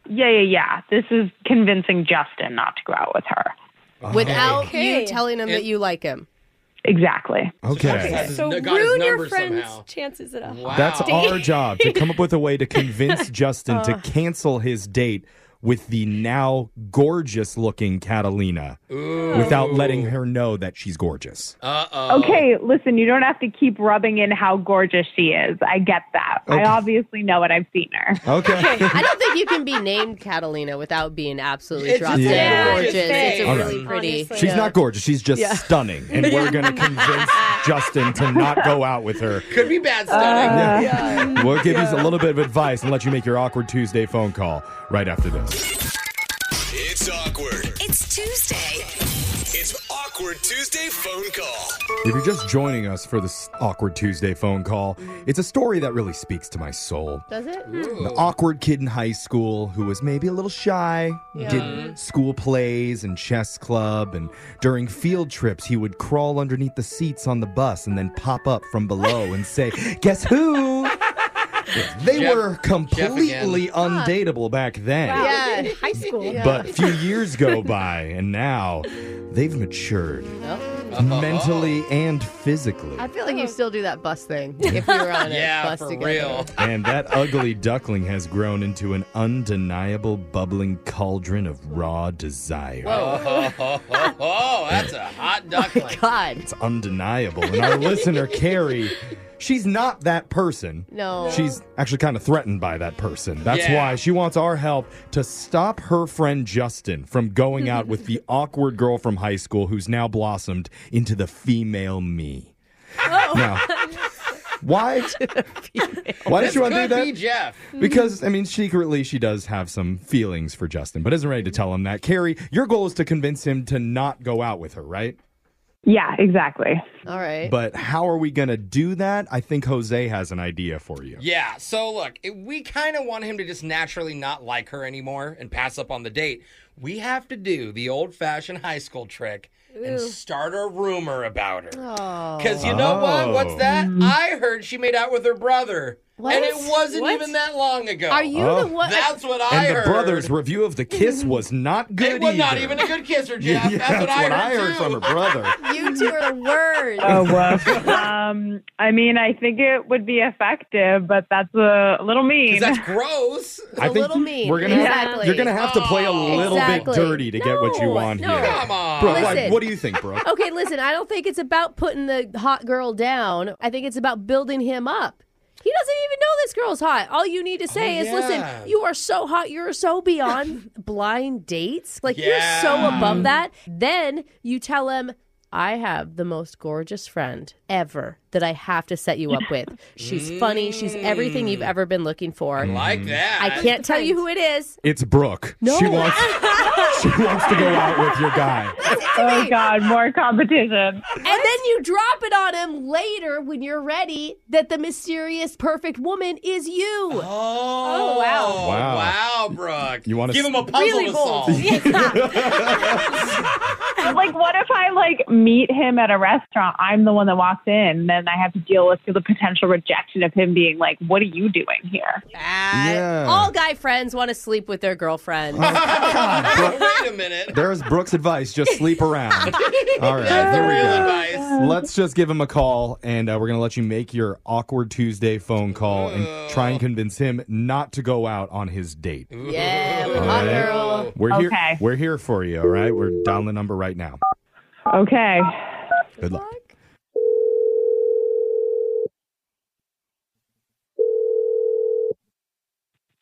Q: Yeah, yeah, yeah. This is convincing Justin not to go out with her.
S: Oh.
E: without you telling him that you like him?
Q: Exactly.
C: Okay.
D: So
S: got his
D: ruin your
S: number
D: friend's
S: somehow.
D: chances at a
C: That's
D: date.
C: our job to come up with a way to convince Justin to
D: Uh.
C: cancel his date with the now gorgeous looking Catalina
S: Ooh.
C: without letting her know that she's gorgeous. Um,
S: Uh-oh.
Q: Okay, listen, you don't have to keep rubbing in how gorgeous she is. I get that.
C: Okay.
Q: I obviously know it. I've seen her.
C: Okay.
F: I don't think you can be named Catalina without being absolutely
Q: It's
F: drop
Q: just
F: dead
Q: a
F: gorgeous.
Q: gorgeous
F: It's a
C: All
F: really
C: right.
F: pretty.
C: She's not gorgeous. She's just
F: Yeah.
C: stunning. And we're going to convince Justin to not go out with her.
S: Could be bad stunning.
C: Uh, We'll give you a little bit of advice and let you make your awkward Tuesday phone call right after this.
L: It's awkward.
H: It's Tuesday.
L: It's awkward Tuesday phone call.
C: If you're just joining us for this awkward Tuesday phone call, it's a story that really speaks to my soul.
F: Does it?
C: The awkward kid in high school who was maybe a little shy,
F: Yeah.
C: did school plays and chess club, and during field trips, he would crawl underneath the seats on the bus and then pop up from below and say, Guess who? They
S: Jeff-
C: were completely undateable back then.
D: Yeah, in high school.
C: But a few years go by, and now they've matured
S: Uh-huh.
C: mentally and physically.
F: I feel like
E: Oh.
F: you still do that bus thing if you were on
S: Yeah,
F: a bus
S: for
F: together.
S: real.
C: And that ugly duckling has grown into an undeniable bubbling cauldron of raw desire.
S: Oh, oh, oh, oh, that's a hot duckling.
F: God.
C: It's undeniable. And our listener, Carrie, she's not that person.
F: No.
C: She's actually kind of threatened by that person. That's
F: Yeah.
C: why she wants our help to stop her friend Justin from going out with the awkward girl from high school who's now blossomed into the female me.
E: Oh,
C: Now, why? Why did
S: This
C: you want to do
S: could
C: that?
S: be Jeff.
C: Because I mean, secretly she does have some feelings for Justin, but isn't ready to tell him that. Carrie, your goal is to convince him to not go out with her, right?
Q: Yeah, exactly.
F: All right.
C: But how are we gonna do that? I think Jose has an idea for you.
S: Yeah. So look, it- we kind of want him to just naturally not like her anymore and pass up on the date. We have to do the old-fashioned high school trick and start a rumor about
F: Oh.
S: her. Because you know what?
C: Oh.
S: What's that? I heard she made out with her brother, and it wasn't
F: Mm-hmm. What?
S: even that long ago.
F: Are you
C: Oh.
F: the one?
S: That's what I
C: And the
S: heard.
C: brother's review of the kiss was not good
S: it was
C: either.
S: not even a good kisser,
C: yeah,
S: Jeff. that's, what, I heard. too.
C: from her brother.
F: You two are the worst.
Q: Oh, well. um, I mean, I think it would be effective, but that's a little mean.
S: 'Cause That's gross.
C: I think
F: little mean.
C: We're gonna have,
F: Exactly.
C: you're gonna have to play a little
F: Exactly.
C: bit dirty to get what you want
F: no.
C: here.
F: Come on.
C: Brooke, like,
F: Listen.
C: what do you think, bro?
E: Okay, listen, I don't think it's about putting the hot girl down. I think it's about building him up. He doesn't even know this girl's hot. All you need to say
F: Oh,
E: is,
F: yeah.
E: listen, you are so hot. You're so beyond blind dates. Like, you're so
F: Yeah.
E: above that. Then you tell him, I have the most gorgeous friend ever that I have to set you up with. She's funny. She's everything you've ever been looking for. I
S: like that.
E: I can't tell you who it is.
C: Mm-hmm. It's Brooke. She wants she wants to go out with your guy.
Q: oh, God, more competition.
E: And then you drop it on him later when you're ready that the mysterious perfect woman is you. Oh, wow.
C: Wow.
S: Oh, Wow, Brooke.
C: You wanna
S: give
C: s-
S: him a puzzle
E: Really
S: to
E: bold.
S: solve?
Q: like, what if I, like, meet him at a restaurant? I'm the one that walks in, then I have to deal with the potential rejection of him being like, what are you doing here?
F: Ah.
C: Yeah.
E: All guy friends want to sleep with their girlfriend.
S: Wait a minute.
C: There's Brooke's advice. Just sleep around. All right.
S: That's the
C: there we
S: real
C: go.
S: advice.
C: Let's just give him a call, and uh, we're gonna let you make your awkward Tuesday phone call and try and convince him not to go out on his date.
E: yeah, with
C: All
E: hot
C: right?
E: girl.
C: We're here.
Q: Okay.
C: We're here for you. All right. We're dialing the number right now.
Q: Okay.
C: Good luck.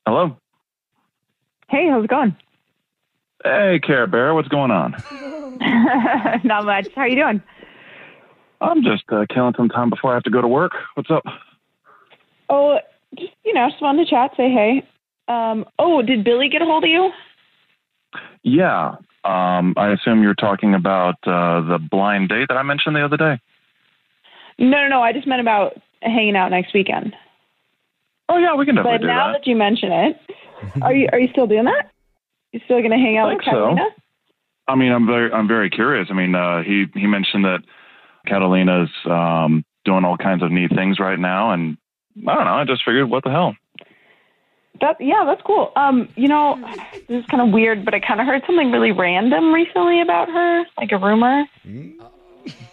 R: Hello.
Q: Hey, how's it going?
R: Hey, Cara Bear, what's going on?
Q: Not much. How you doing?
R: I'm just uh, killing some time before I have to go to work. What's up?
Q: Oh, just, you know, just wanted to chat, say hey. Um, oh, did Billy get a hold of you?
R: Yeah. Um, I assume you're talking about uh, the blind date that I mentioned the other day.
Q: No, no, no. I just meant about hanging out next weekend.
R: Oh yeah, we can definitely
Q: But
R: do
Q: now
R: that.
Q: that. you mention it, are you are you still doing that? You still gonna hang out
R: I
Q: with
R: think so.
Q: Catalina?
R: I mean, I'm very, I'm very curious. I mean, uh, he he mentioned that Catalina's um, doing all kinds of neat things right now, and I don't know. I just figured, what the hell?
Q: That yeah, that's cool. Um, you know, this is kind of weird, but I kind of heard something really random recently about her, like a rumor.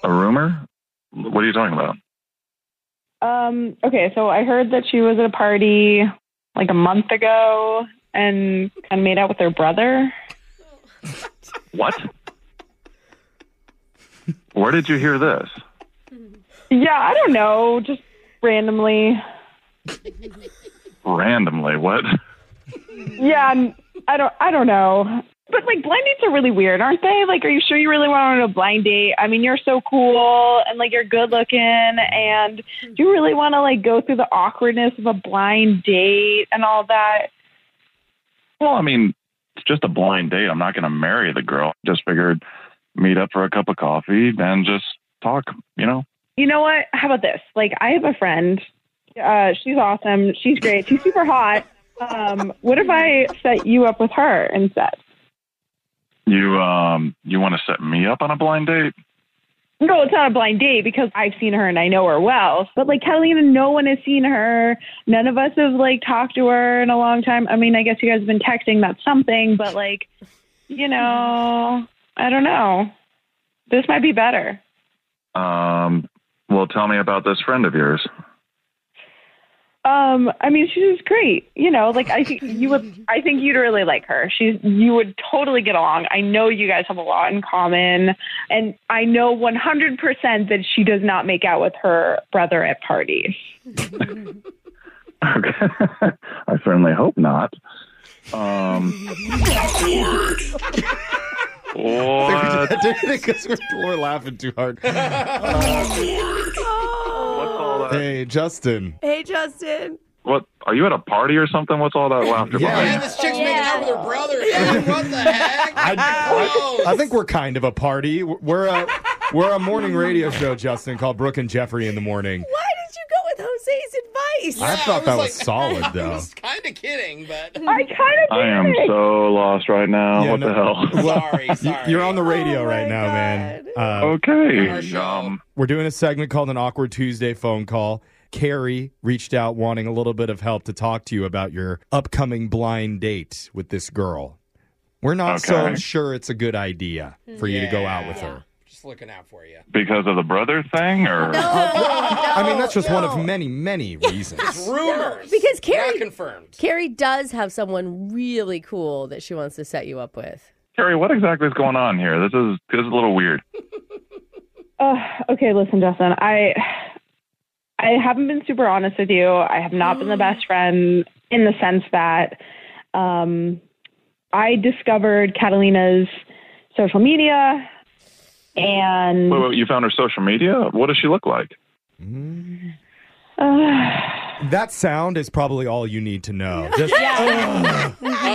R: A rumor? What are you talking about?
Q: Um, okay, so I heard that she was at a party like a month ago and kind of made out with her brother.
R: What? Where did you hear this?
Q: Yeah, I don't know, just randomly.
R: Randomly, what?
Q: Yeah, I'm- I don't I don't know. But like blind dates are really weird, aren't they? Like, are you sure you really want to on a blind date? I mean, you're so cool and like you're good looking, and do you really want to like go through the awkwardness of a blind date and all that?
R: Well, I mean, it's just a blind date. I'm not going to marry the girl. Just figured meet up for a cup of coffee and just talk, you know?
Q: You know what? How about this? Like, I have a friend. Uh, she's awesome. She's great. She's super hot. Um, what if I set you up with her instead?
R: You um you want to set me up on a blind date?
Q: No, it's not a blind date because I've seen her and I know her well. But like Catalina, no one has seen her. None of us have like talked to her in a long time. I mean, I guess you guys have been texting. That's something. But like, you know, I don't know. This might be better.
R: Um well, tell me about this friend of yours.
Q: Um, I mean, she's just great. You know, like I think you would. I think you'd really like her. She's you would totally get along. I know you guys have a lot in common, and I know 100 percent that she does not make out with her brother at parties.
R: I certainly hope not. Um what?
C: Because we're, we're laughing too hard. hey, Justin.
B: Hey, Justin.
R: What are you at a party or something? What's all that laughter
S: Man,
R: behind?
S: this chick's making out with her brother. Dude, what the heck?
C: I think we're kind of a party. We're a we're a morning radio show, Justin, called Brooke and Jeffrey in the morning.
B: Why did you go with Jose's advice?
C: I thought that was solid,
S: I
C: though.
S: was kind of kidding, but
Q: I kind of
R: I am so lost right now. what the hell?
S: sorry, sorry.
C: You're on the radio right now, man. Uh,
R: okay. Um,
C: we're doing a segment called an awkward Tuesday phone call. Carrie reached out wanting a little bit of help to talk to you about your upcoming blind date with this girl. We're not so
R: Okay.
C: sure it's a good idea for you to go out with her.
S: just looking out for you.
R: because of the brother thing or
C: I mean, that's just one of many, many reasons.
S: rumors.
F: Because Carrie
S: confirmed.
F: Carrie does have someone really cool that she wants to set you up with.
R: Carrie, what exactly is going on here? This is this is a little weird.
Q: Oh, okay, listen, Justin. I I haven't been super honest with you. I have not been the best friend in the sense that um, I discovered Catalina's social media, and
R: Wait, wait, you found her social media? What does she look like?
C: That sound is probably all you need to know. Just,
S: Uh,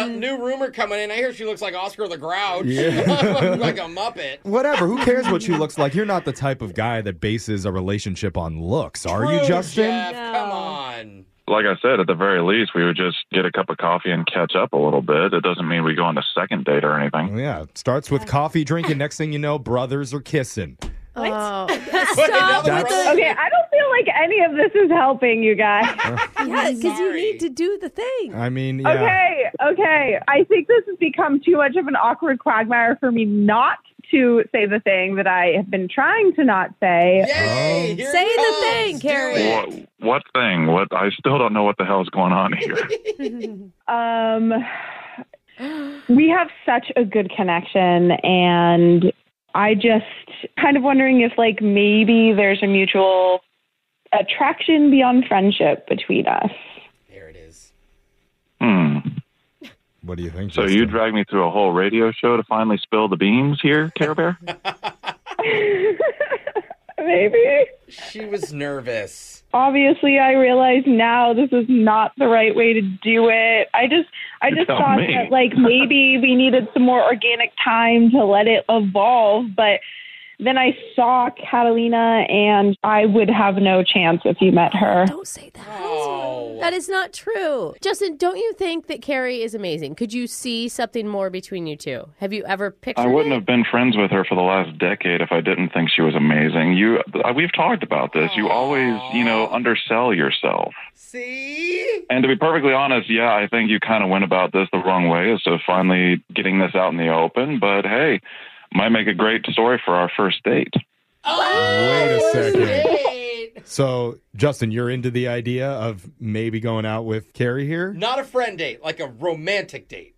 S: new rumor coming in. I hear she looks like Oscar the Grouch,
C: Yeah.
S: like a Muppet.
C: Whatever. Who cares what she looks like? You're not the type of guy that bases a relationship on looks, are you,
S: True,
C: Justin?
S: Jeff, Come on.
R: Like I said, at the very least, we would just get a cup of coffee and catch up a little bit. It doesn't mean we go on a second date or anything.
C: Yeah. Starts with coffee drinking. Next thing you know, brothers are kissing.
Q: What?
C: Stop with the-
Q: Okay, I don't feel like any of this is helping you guys.
B: yeah, because you need to do the thing.
C: I mean, yeah.
Q: Okay, okay. I think this has become too much of an awkward quagmire for me not to say the thing that I have been trying to not say. Um,
S: Yay!
Q: Say the thing, Carrie.
R: What, what thing? What? I still don't know what the hell's going on here.
Q: um, we have such a good connection, and I just kind of wondering if, like, maybe there's a mutual attraction beyond friendship between us.
R: Hmm.
C: What do you think?
R: So you dragged me through a whole radio show to finally spill the beans here, Care Bear?
Q: Maybe.
S: She was nervous.
Q: Obviously, I realize now this is not the right way to do it. I just, I
S: You
Q: just
S: tell
Q: thought
S: me.
Q: that like maybe we needed some more organic time to let it evolve, but. Then I saw Catalina, and I would have no chance if you met her.
F: Don't say that. That is not true. Justin, don't you think that Carrie is amazing? Could you see something more between you two? Have you ever pictured
R: I wouldn't
F: it?
R: have been friends with her for the last decade if I didn't think she was amazing. You, uh, we've talked about this. You always, you know, undersell yourself.
S: See?
R: And to be perfectly honest, yeah, I think you kind of went about this the wrong way as to finally getting this out in the open. But hey, might make a great story for our first date.
C: Wait a second. So, Justin, you're into the idea of maybe going out with Carrie here?
D: Not a friend date, like a romantic date.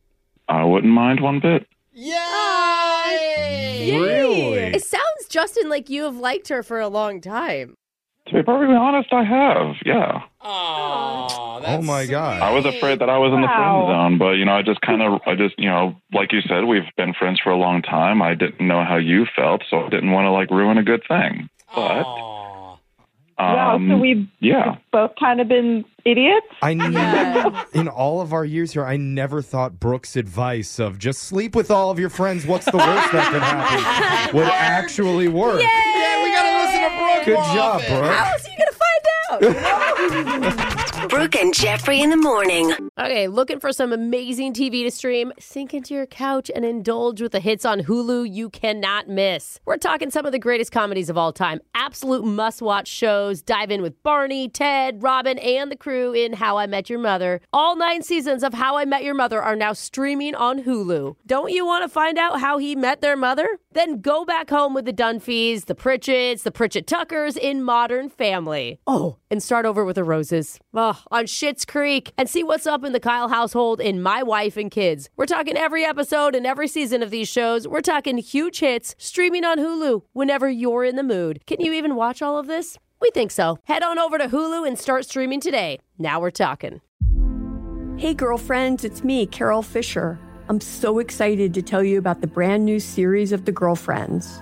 R: I wouldn't mind one bit.
D: Yay!
R: Really?
E: It sounds, Justin, like you have liked her for a long time.
R: To be perfectly honest, I have. Yeah.
C: oh my god.
R: I was afraid that I was in the
C: Wow.
R: friend zone, but you know, I just kind of, I just, you know, like you said, we've been friends for a long time. I didn't know how you felt, so I didn't want to like ruin a good thing. But,
Q: wow,
R: um,
Q: so we've
R: yeah.
Q: both kind of been idiots.
C: I never, in all of our years here, I never thought Brooke's advice of just sleep with all of your friends. What's the worst that could happen? Would actually work.
D: Yeah, we gotta listen to Brooke.
C: Good job, Brooke.
H: How
E: else are you going
H: to find out? Brooke and Jeffrey in the morning.
E: Okay, looking for some amazing TV to stream? Sink into your couch and indulge with the hits on Hulu you cannot miss. We're talking some of the greatest comedies of all time, absolute must watch shows. Dive in with Barney, Ted, Robin, and the crew in How I Met Your Mother. All nine seasons of How I Met Your Mother are now streaming on Hulu. Don't you want to find out how he met their mother? Then go back home with the Dunphys, the Pritchett's, the Pritchett Tuckers in Modern Family. Oh, and start over with the Roses. Ugh, on Schitt's Creek and see what's up in the Kyle household in My Wife and Kids. We're talking every episode and every season of these shows. We're talking huge hits streaming on Hulu whenever you're in the mood. Can you even watch all of this? We think so. Head on over to Hulu and start streaming today. Now we're talking.
B: Hey, girlfriends, it's me, Carol Fisher. I'm so excited to tell you about the brand new series of The Girlfriends.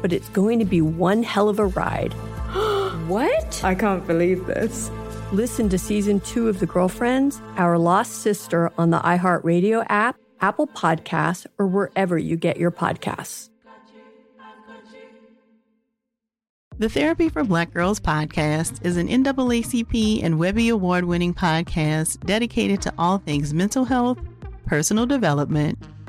B: but it's going to be one hell of a ride. what? I can't believe this. Listen to season two of The Girlfriends, Our Lost Sister on the iHeartRadio app, Apple Podcasts, or wherever you get your podcasts.
O: The Therapy for Black Girls podcast is an NAACP and Webby Award winning podcast dedicated to all things mental health, personal development,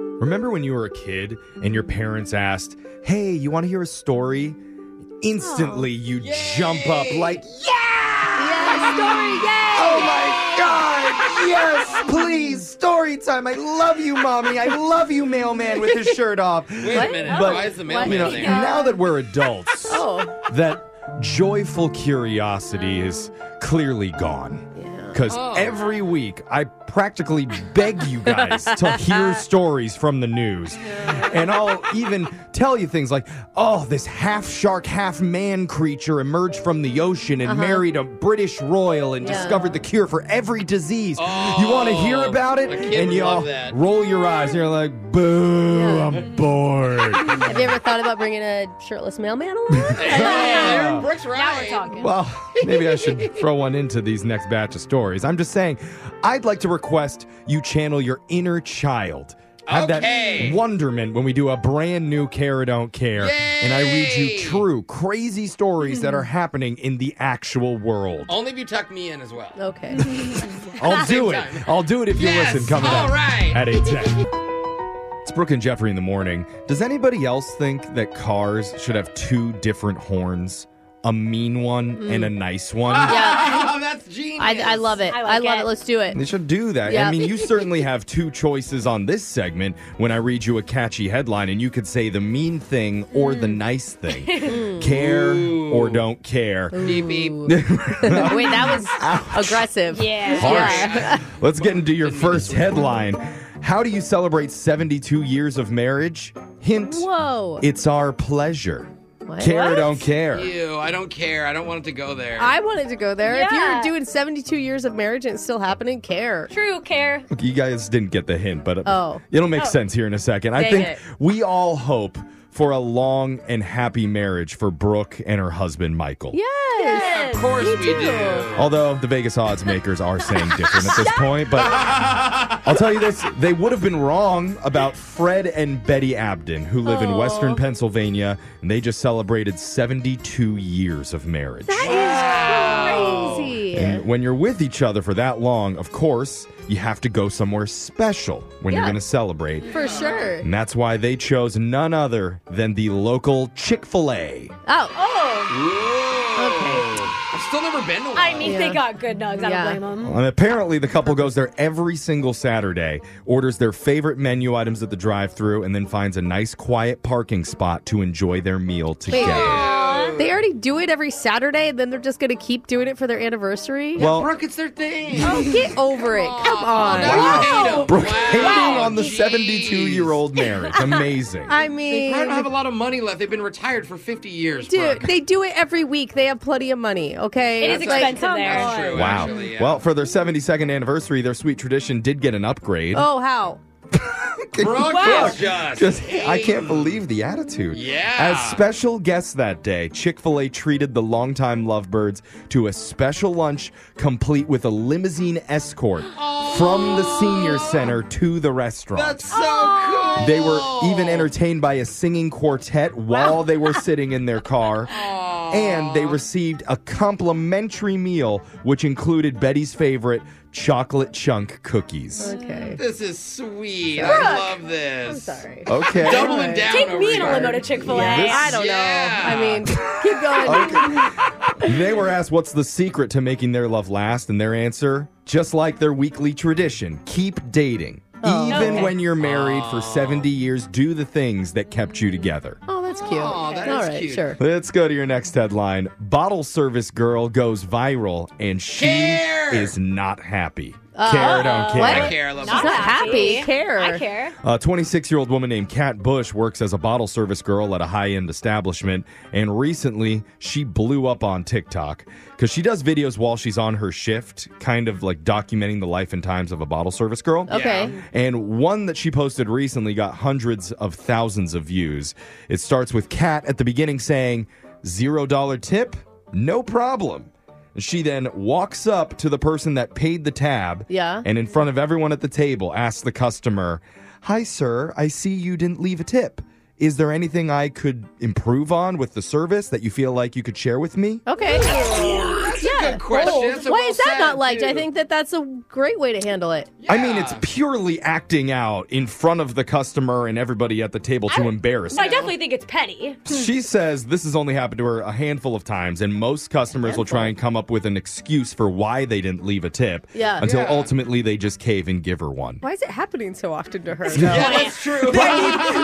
C: Remember when you were a kid and your parents asked, Hey, you want to hear a story? Instantly you jump up like,
H: Yes, story, yay!
C: Oh my God! Yes, please! Story time! I love you, mommy! I love you, mailman, with his shirt off.
D: Wait a What? minute, why is the mailman
C: you know,
D: there?
C: Now that we're adults,
D: Oh.
C: that joyful curiosity is clearly gone. because
D: Oh.
C: every week I practically beg you guys to hear stories from the news. And I'll even tell you things like, oh, this half shark, half man creature emerged from the ocean and
G: Uh-huh.
C: married a British royal and
G: Yeah.
C: discovered the cure for every disease.
D: Oh.
C: you want to
G: Oh,
C: hear about it?
G: my kid
C: And
G: would
C: y'all
G: love that.
C: roll your eyes and you're like, boo, I'm bored.
E: Have you ever thought about bringing a shirtless mailman along?
C: Yeah.
E: Brooks, right? Now we're talking.
C: Well, maybe I should throw one into these next batch of stories. I'm just saying, I'd like to request you channel your inner child. Have
G: Okay.
C: that wonderment when we do a brand new Care or Don't Care, and I read you true, crazy stories that are happening in the actual world.
S: Only if you tuck me in as well.
E: Okay.
C: I'll do it. I'll do it if you
S: Yes!
C: listen. Coming
S: All
C: up
S: right.
C: at 8 It's Brooke and Jeffrey in the morning. Does anybody else think that cars should have two different horns? A mean one
E: Mm.
C: and a nice one?
S: Ah. Yeah. Oh, that's genius.
E: I, I love it. I, love it. Let's do it.
C: They should do that.
E: Yeah.
C: I mean, you certainly have two choices on this segment when I read you a catchy headline, and you could say the mean thing or
S: Mm.
C: the nice thing.
E: Hmm.
C: care or don't care.
S: Beep, beep.
E: Wait, that was aggressive. Yeah.
C: Harsh. Let's get into your first headline. How do you celebrate 72 years of marriage? Hint
E: Whoa.
C: it's our pleasure.
E: What?
C: Care or
E: What?
C: don't care.
S: Ew, I don't care. I don't want it to go there.
E: I wanted to go there. If
S: Yeah.
E: you're doing 72 years of marriage and it's still happening, care. True, care.
C: Look, you guys didn't get the hint, but
E: Oh.
C: it'll make
E: Oh.
C: sense here in a second. I
E: Dang
C: think
E: it.
C: we all hope for a long and happy marriage for Brooke and her husband, Michael.
E: Yes.
S: Of course we do.
C: Although the Vegas odds makers are saying different at this point, but I'll tell you this they would have been wrong about Fred and Betty Abden, who live
E: Oh.
C: in Western Pennsylvania, and they just celebrated 72 years of marriage.
E: Crazy.
C: And when you're with each other for that long, of course, you have to go somewhere special when you're
E: Yeah.
C: going to celebrate.
E: For sure.
C: And that's why they chose none other than the local Chick fil A.
E: Oh.
S: Oh. Okay. I've still never been to one.
D: I mean, they got good nugs. I
S: Yeah.
D: don't blame them.
C: And apparently, the couple goes there every single Saturday, orders their favorite menu items at the drive thru, and then finds a nice, quiet parking spot to enjoy their meal
E: Wait,
C: together.
E: they already do it every Saturday, and then they're just going to keep doing it for their anniversary?
C: Well-
E: Brooke, it's their thing. Oh, get over it. Come on.
C: Brooke hating on the 72 year old marriage. Amazing.
E: I
S: They
E: mean,
S: probably don't have a lot of money left. They've been retired for 50 years.
E: dude, they do it every week. They have plenty of money, okay?
D: It is
E: It's like,
D: expensive
E: come
D: there.
E: on.
S: True,
C: Wow.
S: actually, yeah.
C: Well, for their 72nd anniversary, their sweet tradition did get an upgrade.
E: Oh, how?
S: Brooke
E: Wow.
S: is just.
C: Just, I can't believe the attitude.
S: Yeah.
C: As special guests that day, Chick fil A treated the longtime lovebirds to a special lunch complete with a limousine escort from the senior center to the restaurant.
S: That's so cool.
C: they were even entertained by a singing quartet while they were sitting in their car. And they received a complimentary meal, which included Betty's favorite chocolate chunk cookies.
E: Okay.
S: This is sweet.
C: Brooke.
S: I love this. I'm sorry.
C: Okay.
S: Doubling down.
D: Take
S: over
D: me in a
S: here.
D: limo to Chick Fil A.
C: Yeah, this-
D: I
E: don't know.
S: Yeah.
E: I mean, keep going.
C: They were asked what's the secret to making their love last, and their answer, just like their weekly tradition, keep dating.
E: Oh.
C: Even
E: Okay.
C: when you're married for 70 years, do the things that kept you together.
E: Oh, that's cute. Oh,
S: that
E: All
S: is
E: right,
S: cute.
E: sure.
C: Let's go to your next headline. Bottle service girl goes viral and she
S: Care.
C: is not happy.
E: Uh,
C: care, or don't care.
E: what?
S: I care, I love
E: She's
S: her.
E: not happy. Care.
D: I care.
C: A 26 year old woman named Kat Bush works as a bottle service girl at a high end establishment, and recently she blew up on TikTok because she does videos while she's on her shift, kind of like documenting the life and times of a bottle service girl.
E: Okay. Yeah.
C: And one that she posted recently got hundreds of thousands of views. It starts with Kat at the beginning saying, Zero dollar tip? No problem. She then walks up to the person that paid the tab
E: Yeah.
C: and in front of everyone at the table, asked the customer, Hi, sir, I see you didn't leave a tip. Is there anything I could improve on with the service that you feel like you could share with me?
D: Oh,
E: Okay.
S: That's a good question. That's a
E: Why
S: well
E: is that
S: said,
E: not liked? I
S: too.
E: think that that's a great way to handle it.
C: I mean, it's purely acting out in front of the customer and everybody at the table to embarrass
D: I
C: them.
D: definitely think it's petty.
C: She says this has only happened to her a handful of times, and most customers will try and come up with an excuse for why they didn't leave a tip
E: Yeah.
C: until
E: Yeah.
C: ultimately they just cave and give her one.
E: Why is it happening so often to her?
C: Yeah, that's
S: true.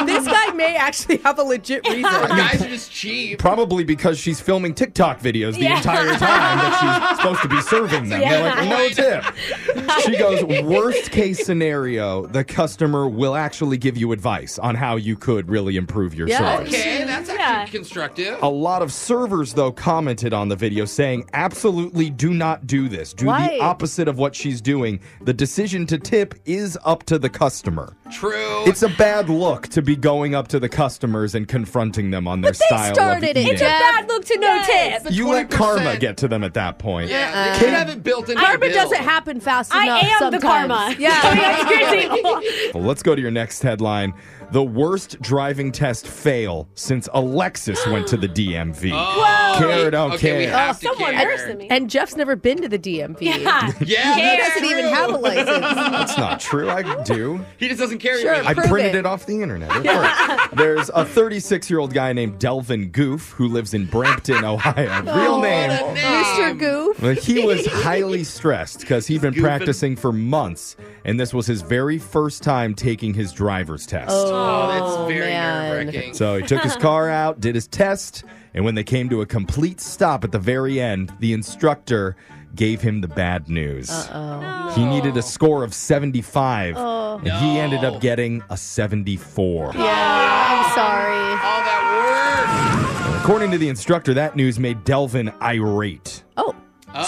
E: this guy may actually have a legit reason.
S: Guys are just cheap.
C: Probably because she's filming TikTok videos the
E: Yeah.
C: entire time that supposed to be serving them. They're like, no tip. She goes, worst case scenario, the customer will actually give you advice on how you could really improve your service.
D: Okay, that's actually constructive.
C: A lot of servers, though, commented on the video saying, absolutely do not do this. Do
D: Why?
C: the opposite of what she's doing. The decision to tip is up to the customer.
D: True.
C: It's a bad look to be going up to the customers and confronting them on their style. of eating.
A: It's a bad look to no tip.
C: You let karma get to them at that point.
D: Yeah, they should have it built in. their
E: Uh, Karma
D: bill.
E: doesn't happen fast
A: I
E: enough.
A: am the
E: sometimes.
A: karma.
E: Yeah.
A: I mean, that's crazy.
C: Well, let's go to your next headline. The worst driving test fail since Alexis went to the DMV.
E: Whoa.
C: Care or don't
E: Okay,
C: care.
E: we have to
F: Someone
E: care.
F: worse than me. And Jeff's never been to the DMV.
E: Yeah.
D: Yeah,
E: he
D: that's
E: doesn't
D: true.
E: even have a license.
C: That's not true. I do.
D: He just doesn't carry.
E: Sure.
C: I
E: prove
C: printed
E: it.
C: it. off the internet. It worked. There's a 36 year old guy named Delvin Goof who lives in Brampton, Ohio. Real name.
E: Mr. Goof.
C: Well, he was highly stressed because he'd been practicing for months, and this was his very first time taking his driver's test.
D: Oh, that's very nerve-wracking.
C: So he took his car out, did his test, and when they came to a complete stop at the very end, the instructor gave him the bad news.
E: Uh-oh.
C: He needed a score of 75,
E: Oh.
C: and he ended up getting a 74.
E: Yeah, I'm sorry.
D: All that work.
C: According to the instructor, that news made Delvin irate.
E: Oh.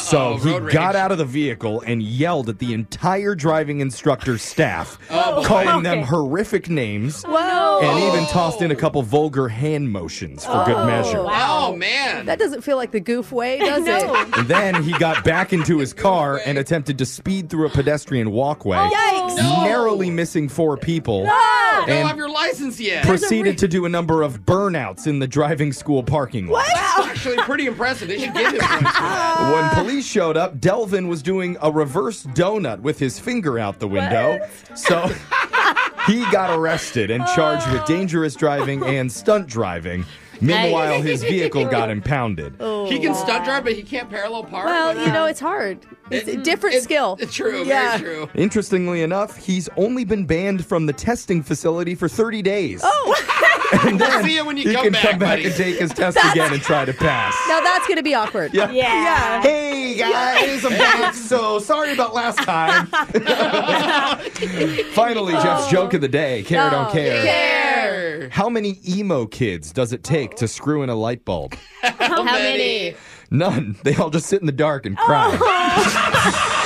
C: so he
D: road rage.
C: got out of the vehicle and yelled at the entire driving instructor staff,
D: Oh, boy.
C: calling them horrific
E: Oh,
C: names,
E: Whoa.
C: and even tossed in a couple vulgar hand motions for good measure.
D: Oh, man.
E: That doesn't feel like the goof way, does it?
C: And then he got back into his car and attempted to speed through a pedestrian walkway,
E: Oh, Yikes.
D: No.
C: narrowly missing four people,
D: You
E: Ah.
D: don't have
C: and
D: your license yet.
C: proceeded to do a number of burnouts in the driving school parking lot.
D: That's actually pretty impressive. They should give him points for that.
C: When police showed up, Delvin was doing a reverse donut with his finger out the window. So he got arrested and charged
E: Oh.
C: with dangerous driving and stunt driving. Meanwhile, his vehicle got impounded.
D: He can stunt drive, but he can't parallel park.
E: Well,
D: Like,
E: you know, it's hard. It's a different skill.
D: It's true,
E: Yeah.
D: very true.
C: Interestingly enough, he's only been banned from the testing facility for 30 days.
E: Oh.
C: and then
D: See you when you
C: he
D: come
C: can
D: back,
C: come back
D: buddy.
C: and take his test
E: That's-
C: again and try to pass.
E: Now that's going to be awkward.
C: Yeah.
E: Yeah.
C: Hey guys, I'm back. So sorry about last time. Finally,
E: Oh.
C: Jeff's joke of the day. Care or don't care. How many emo kids does it take to screw in a light bulb?
D: How
A: many?
C: None. They all just sit in the dark and cry.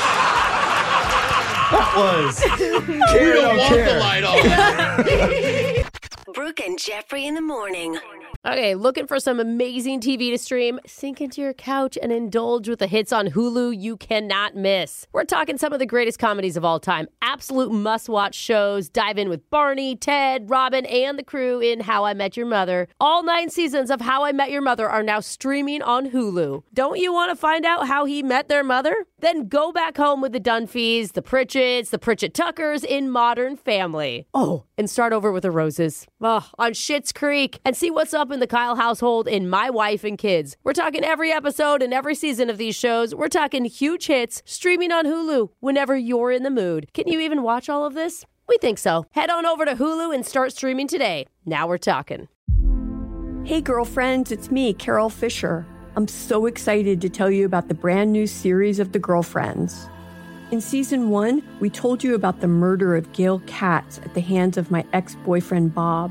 C: that was
D: We
C: care or
D: don't
C: don't
D: want the
C: care.
D: light on.
H: Brooke and Jeffrey in the morning.
E: Okay, looking for some amazing TV to stream? Sink into your couch and indulge with the hits on Hulu you cannot miss. We're talking some of the greatest comedies of all time, absolute must watch shows. Dive in with Barney, Ted, Robin, and the crew in How I Met Your Mother. All nine seasons of How I Met Your Mother are now streaming on Hulu. Don't you want to find out how he met their mother? Then go back home with the Dunphys, the Pritchetts, the Pritchett Tuckers in Modern Family. Oh, and start over with the Roses. Ugh, on Schitt's Creek and see what's up in the Kyle household in My Wife and Kids. We're talking every episode and every season of these shows. We're talking huge hits streaming on Hulu whenever you're in the mood. Can you even watch all of this? We think so. Head on over to Hulu and start streaming today. Now we're talking.
B: Hey, girlfriends, it's me, Carol Fisher. I'm so excited to tell you about the brand new series of The Girlfriends. In season one, we told you about the murder of Gail Katz at the hands of my ex boyfriend, Bob.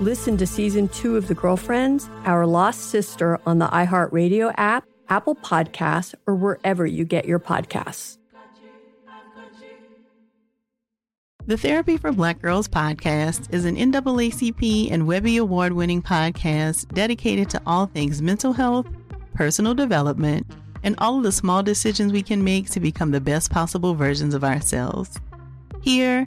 B: Listen to season two of The Girlfriends, Our Lost Sister on the iHeartRadio app, Apple Podcasts, or wherever you get your podcasts.
O: The Therapy for Black Girls podcast is an NAACP and Webby Award winning podcast dedicated to all things mental health, personal development, and all of the small decisions we can make to become the best possible versions of ourselves. Here,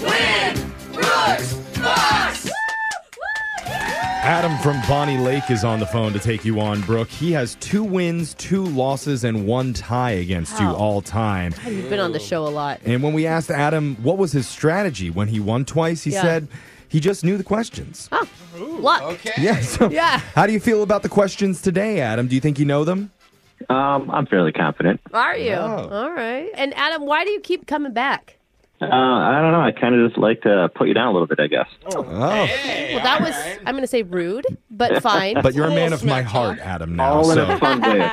L: Win, Brooks, Fox.
C: Adam from Bonnie Lake is on the phone to take you on, Brooke. He has two wins, two losses, and one tie against you
E: Wow.
C: all time.
E: God, You've been on the show a lot.
C: And when we asked Adam what was his strategy when he won twice, he
E: Yeah.
C: said he just knew the questions.
E: Oh, luck.
S: Okay.
C: Yeah. So
E: Yeah.
C: How do you feel about the questions today, Adam? Do you think you know them?
G: Um, I'm fairly confident.
E: Are you?
G: Oh.
E: All right. And Adam, why do you keep coming back?
G: Uh, I don't know. I kind of just like to put you down a little bit, I guess.
C: Oh.
E: well, that was, I'm going to say rude, but fine.
C: But you're a man of my heart, Adam. Now,
G: All in
C: so
G: a fun way, of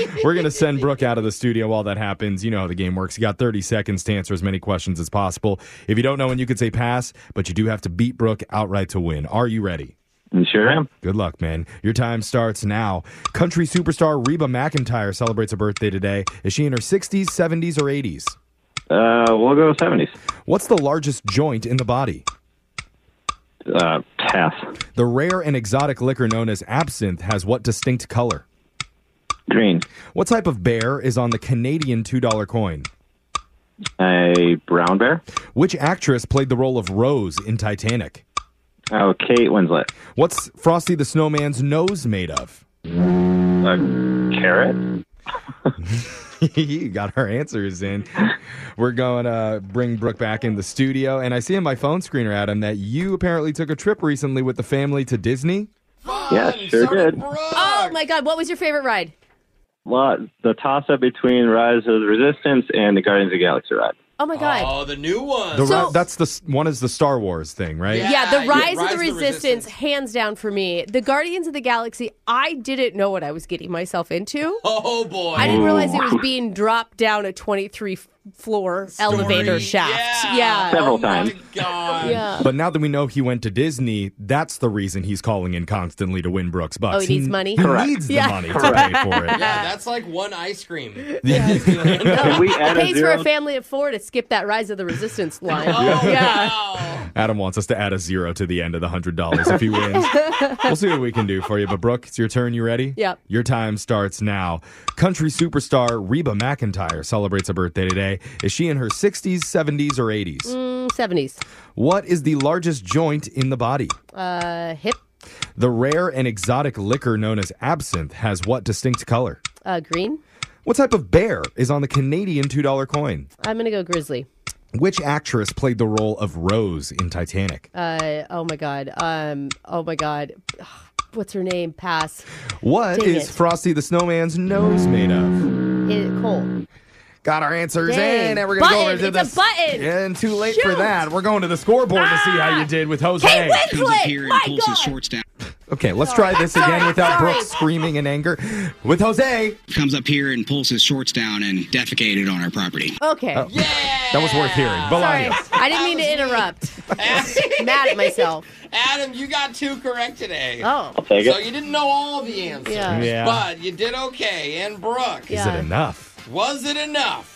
G: course.
C: we're gonna send Brooke out of the studio while that happens. You know how the game works. You got 30 seconds to answer as many questions as possible. If you don't know, and you could say pass, but you do have to beat Brooke outright to win. Are you ready?
G: sure am.
C: Good luck, man. Your time starts now. Country superstar Reba McIntyre celebrates a birthday today. Is she in her 60s, 70s, or 80s?
G: Uh, we'll go 70s.
C: What's the largest joint in the body?
G: Uh, pass.
C: The rare and exotic liquor known as absinthe has what distinct color?
G: Green.
C: What type of bear is on the Canadian $2 coin?
G: A brown bear.
C: Which actress played the role of Rose in Titanic?
G: Oh, Kate Winslet.
C: What's Frosty the Snowman's nose made of?
G: A carrot.
C: you got our answers in. We're going to bring Brooke back in the studio. And I see on my phone screener, Adam, that you apparently took a trip recently with the family to Disney.
G: Yeah, sure did.
E: Oh, my God. What was your favorite ride?
G: Lot the toss up between Rise of the Resistance and the Guardians of the Galaxy ride.
E: Oh, my God.
S: Oh, the new one.
C: The ri- that's the s- one is the Star Wars thing, right?
E: Yeah, the Rise, of the Resistance, hands down for me. The Guardians of the Galaxy, I didn't know what I was getting myself into.
S: Oh boy!
E: I didn't realize it was
G: Ooh.
E: being dropped down a 23 f- floor elevator shaft. Yeah.
G: Several times.
E: Yeah.
C: But now that we know he went to Disney, that's the reason he's calling in constantly to win Brooks bucks.
E: Oh, he needs money?
C: He
E: Correct.
C: needs the
E: Yeah.
C: money to
E: Correct.
C: pay for it.
S: Yeah, that's like one ice cream.
C: Can
G: we
E: It pays for a family of four to skip that Rise of the
S: Oh,
E: Resistance line. yeah.
C: Adam wants us to add a zero to the end of the hundred dollars if he wins. we'll see what we can do for you. But Brooke, it's your turn. You ready?
E: Yep.
C: Your time starts now. Country superstar Reba McIntyre celebrates a birthday today. Is she in her sixties, seventies, or eighties?
E: Mm, 70s.
C: What is the largest joint in the body?
E: Uh, hip,
C: The rare and exotic liquor known as absinthe has what distinct color?
E: uh, green.
C: What type of bear is on the Canadian two dollar coin?
E: I'm going to go grizzly.
C: Which actress played the role of Rose in Titanic?
E: Uh, oh, my God. Um, oh, my God. What's her name? Pass.
C: What is
E: Dang it.
C: Frosty the Snowman's nose made of?
E: It, Cole.
C: Got our answers
E: Dang.
C: in, and we're gonna go
E: Button.
C: over to
E: It's a
C: this.
E: button.
C: And too late for
E: Shoot. Ah!
C: that. We're going to the scoreboard to see how you did with Jose.
E: Kate Winslet! My God!
C: Okay, let's try this again without Brooke screaming in anger. With Jose.
T: Comes up here and pulls his shorts down and defecated on our property.
E: Okay.
C: Oh, That was worth hearing.
E: Sorry.
C: Bolaños.
E: I didn't mean to interrupt. Mad at myself.
D: Adam, you got two correct today.
E: Oh.
C: I'll take it.
D: So you didn't know all the answers,
C: Yeah. Yeah.
D: but you did okay. And Brooke,
C: Is it enough?
D: was it enough?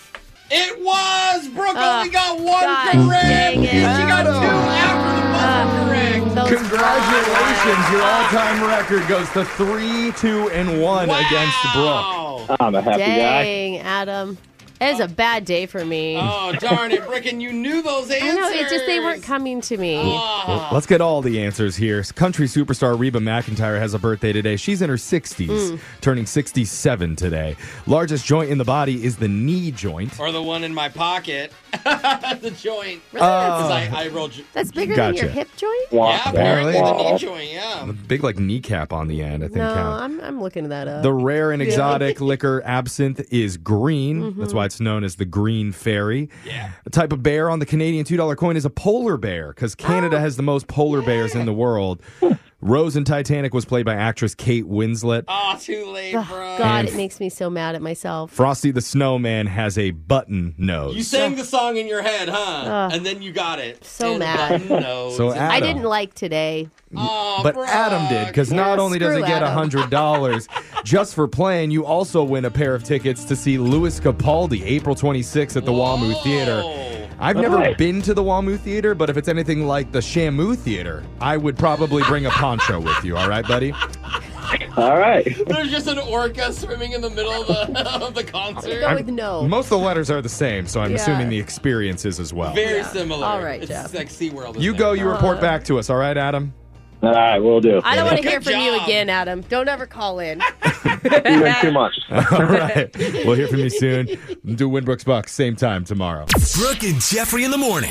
D: It was. Brooke
U: Ah,
D: only got one
U: God
D: correct.
U: dang it.
D: She got two after the buzzer correct.
C: Congratulations. Your all time record goes to 3 2 and 1 against Brooke. I'm a
E: Dang, Adam. It is a bad day for me.
D: Oh, darn it, Brooke, and you knew those answers. Oh.
E: I know, it just they weren't coming to me.
C: Well, let's get all the answers here. Country superstar Reba McIntyre has a birthday today. She's in her 60s,
D: Mm.
C: turning 67 today. Largest joint in the body is the knee joint.
D: Or the one in my pocket. the joint.
C: Really? Oh.
D: 'Cause I, I rolled. ju-
E: That's bigger
C: Gotcha.
E: than your hip joint?
C: Yeah,
D: apparently the knee joint, yeah.
C: Big like kneecap on the end, I think.
E: No,
C: counts.
E: I'm, I'm looking that up.
C: The rare and
E: Yeah.
C: exotic liquor absinthe is green. That's why it's known as the green fairy. Yeah. The type of bear on the Canadian $2 coin is a polar bear because Canada has the most polar bears in the world. Rose in Titanic was played by actress Kate Winslet.
E: Ah.
D: Oh, too late, bro.
E: God,
C: And
E: it makes me so mad at myself.
C: Frosty the Snowman has a button nose.
D: You sang the song in your head, huh?
E: Ugh.
D: and then you got it.
E: So
D: And
E: mad.
D: button nose.
C: So
E: I
C: Adam-
E: didn't like today.
C: but Adam did because not only does he
E: screw
C: get a
E: Adam.
C: hundred dollars just for playing, you also win a pair of tickets to see Louis Capaldi April 26th at the Wamu Theater. I've never
G: Alright.
C: been to the Wamu Theater, but if it's anything like the Shamu Theater, I would probably bring a poncho with you. All right, buddy. All right.
D: There's just an orca swimming in the middle of the, of the concert.
C: Most of the letters are the same, so I'm
D: Yeah.
C: assuming the experience is as well.
D: Very similar.
E: All right,
D: it's
E: Jeff.
D: like SeaWorld.
C: You go. You report back to us. All right, Adam. All right, we'll do.
E: Uh. I don't want to hear from you again, Adam. Don't ever call in.
C: Even too much. All right. We'll hear from you soon. Do Winbrook's Bucks same time tomorrow.
V: Brooke and Jeffrey in the morning.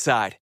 W: Side.